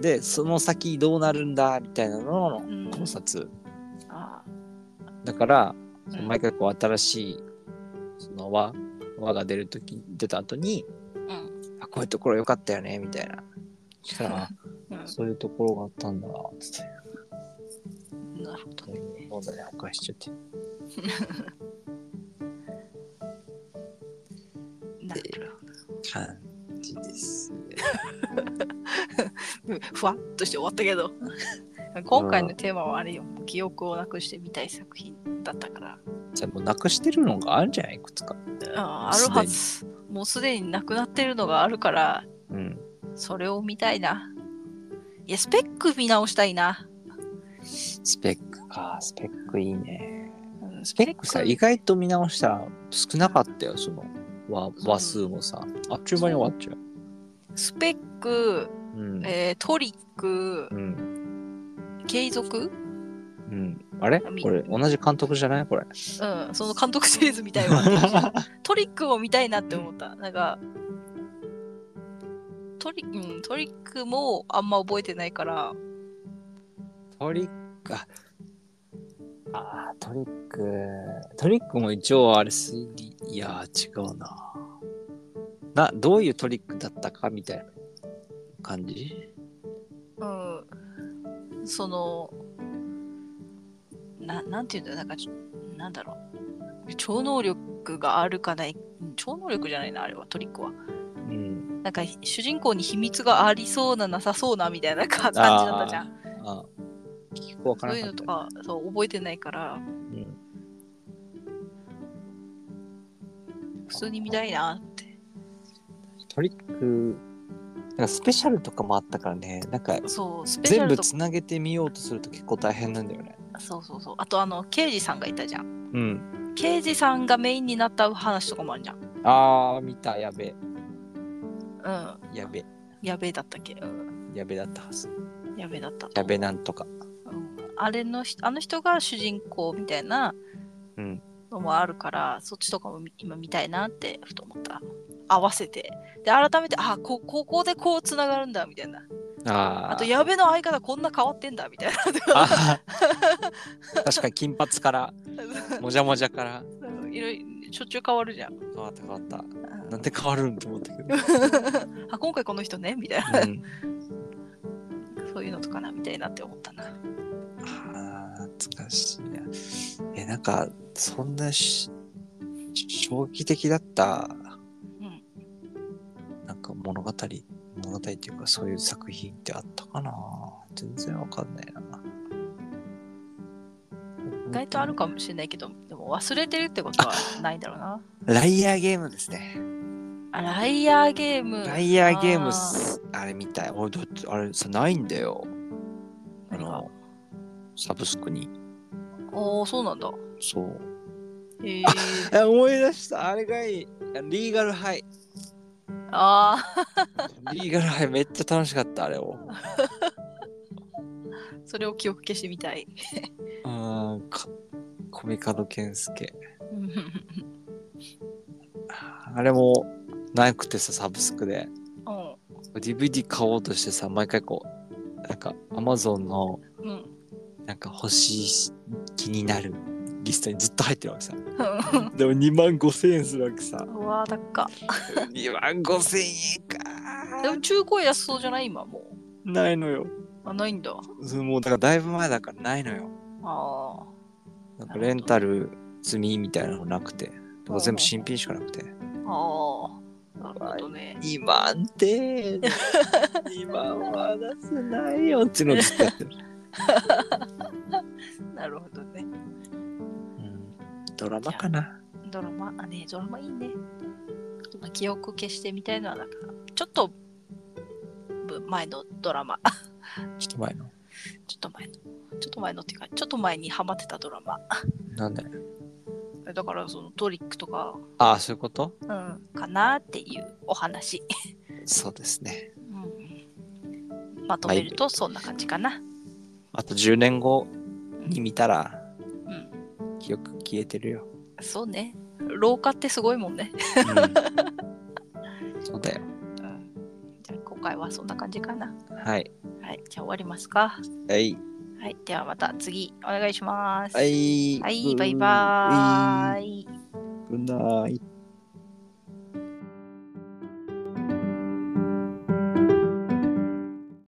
Speaker 2: でその先どうなるんだみたいなの
Speaker 1: ーう
Speaker 2: の
Speaker 1: ん
Speaker 2: 考察、
Speaker 1: あ
Speaker 2: だから
Speaker 1: ーうん
Speaker 2: 毎回こう新しいその輪輪が出るとき出た後に
Speaker 1: うん
Speaker 2: あこういうところ良かったよねみたいなそしたら
Speaker 1: うん
Speaker 2: そういうところがあったんだつって
Speaker 1: なるほど。
Speaker 2: 飲んだり破壊しちゃって
Speaker 1: なる
Speaker 2: 感じです
Speaker 1: ほど。ふわっとして終わったけど。 今回のテーマはあれよ、記憶をなくしてみたい作品だったから。
Speaker 2: じゃあもうなくしてるのがあるんじゃないいくつか
Speaker 1: あーあるはず。もうすでになくなってるのがあるから、
Speaker 2: うん
Speaker 1: それを見たいな。いや、スペック見直したいな。
Speaker 2: スペックか、スペックいいね。
Speaker 1: うん
Speaker 2: スペックさ、意外と見直したら少なかったよ、その和
Speaker 1: ん
Speaker 2: 和数もさ。あっちゅう間に終わっちゃう。
Speaker 1: スペック、
Speaker 2: うん。
Speaker 1: えートリック
Speaker 2: う、ん。
Speaker 1: 継続
Speaker 2: あれ
Speaker 1: み
Speaker 2: これ同じ監督じゃないこれ。
Speaker 1: うん、その監督シリーズみたい わ。トリックも見たいなって思った。なんか、トリ,、うん、トリックもあんま覚えてないから、
Speaker 2: トリック、ああー、トリック、トリックも一応あれ 3D、いやー違うな。な、どういうトリックだったかみたいな感じ
Speaker 1: うん、その、ななんていうんだろう、なんかちょ、なんだろう。超能力があるかない、うん超能力じゃないな、あれは、トリックは。
Speaker 2: うん。
Speaker 1: なんか、主人公に秘密がありそうな、なさそうな、みたいな感じだったじゃん。
Speaker 2: あ聞くわ
Speaker 1: そ
Speaker 2: か
Speaker 1: う
Speaker 2: ら
Speaker 1: い
Speaker 2: な
Speaker 1: う
Speaker 2: か
Speaker 1: の
Speaker 2: っ
Speaker 1: と
Speaker 2: た。
Speaker 1: かそう覚えてないから、
Speaker 2: ん
Speaker 1: 普通に見たいなって
Speaker 2: トリック、なんかスペシャルとかもあったからね、なんか
Speaker 1: そうスペシャル
Speaker 2: 全部
Speaker 1: とか
Speaker 2: つなげてみようとすると結構大変なんだよね。
Speaker 1: そうそうそうあとあの刑事さんがいたじゃん
Speaker 2: うん。
Speaker 1: 刑事さんがメインになった話とかもあるじゃん
Speaker 2: あー、見た、やべ、
Speaker 1: うん
Speaker 2: やべ、
Speaker 1: やべえだったっけ、うん、
Speaker 2: やべだったはず。
Speaker 1: やべえだったと
Speaker 2: やべなんとか。
Speaker 1: うん、あれの人あの人が主人公みたいな
Speaker 2: うん
Speaker 1: のもあるから、そっちとかも今見たいなってふと思った合わせてで改めてあこここでこうつながるんだみたいな
Speaker 2: あー
Speaker 1: あと矢部の相方こんな変わってんだみたいな
Speaker 2: あ確かに金髪からもじゃもじゃから
Speaker 1: うんいろいろしょっちゅう変わるじゃん。
Speaker 2: 変わった変わった
Speaker 1: うん
Speaker 2: なんで変わるんと思ったけど、
Speaker 1: あ今回この人ねみたいな
Speaker 2: うん、
Speaker 1: そういうのとかなみたいなって思ったな。
Speaker 2: あー懐かしいなえなんかそんなし衝撃的だった
Speaker 1: うん、
Speaker 2: なんか物語物語っていうかそういう作品ってあったかな全然わかんないな
Speaker 1: 意外とあるかもしれないけどでも忘れてるってことはないんだろうな。
Speaker 2: ライアーゲームですね。
Speaker 1: あライアーゲーム。
Speaker 2: ライアーゲーム
Speaker 1: あ
Speaker 2: す、あれみたい。俺、だってあれさ、ないんだよ。あ
Speaker 1: 何が
Speaker 2: の、サブスクに。
Speaker 1: おおそうなんだ。
Speaker 2: そう。
Speaker 1: へえ。
Speaker 2: え思い出したあれがいいリーガルハイ
Speaker 1: あ
Speaker 2: リーガルハイめっちゃ楽しかったあれを
Speaker 1: あそれを記憶消してみたい。
Speaker 2: うんかコミカドケンスケ
Speaker 1: うん
Speaker 2: あれもなくてさサブスクで
Speaker 1: うん。
Speaker 2: DVD 買おうとしてさ毎回こうなんか Amazon の
Speaker 1: うん。うん
Speaker 2: なんか欲しいし気になるリストにずっと入ってるわけさでも2万5千円するわけさ
Speaker 1: うわーだっか。
Speaker 2: 2万5千円
Speaker 1: で
Speaker 2: か
Speaker 1: も中古安そうじゃない今もう。
Speaker 2: ないのよ
Speaker 1: あないんだ。
Speaker 2: そうもうだからだいぶ前だからないのよ
Speaker 1: ああ。
Speaker 2: なんかレンタル済みみたいなのなくて、
Speaker 1: うん
Speaker 2: 全部新品しかなくて。
Speaker 1: ああ。なるほどね。
Speaker 2: 2万 って、2万は出せないよっていうのをずっとやってる。
Speaker 1: なるほどね。
Speaker 2: うん、ドラマかな。
Speaker 1: ドラマ、あ、ねドラマいいね。まあ記憶消してみたいのは、なんか、ちょっと、ぶ前のドラマ、
Speaker 2: ちょっと前の。
Speaker 1: ちょっと前の、ちょっと前のっていうか、ちょっと前にハマってたドラマ。
Speaker 2: なんだ
Speaker 1: だから、そのトリックとか、
Speaker 2: ああ、そういうこと
Speaker 1: うん、かなっていうお話。
Speaker 2: そうですね。
Speaker 1: うん、まとめると、そんな感じかな。
Speaker 2: あと10年後に見たら、
Speaker 1: うん、
Speaker 2: 記憶消えてるよ。
Speaker 1: そうね。老化ってすごいもんね。
Speaker 2: うん そうだよ。
Speaker 1: うん、じゃあ、今回はそんな感じかな。
Speaker 2: はい。
Speaker 1: はい、じゃあ終わりますか。
Speaker 2: はい。
Speaker 1: はい、ではまた次、お願いします。
Speaker 2: はい。
Speaker 1: はい、バイバーイ。
Speaker 2: イ。グッナイト。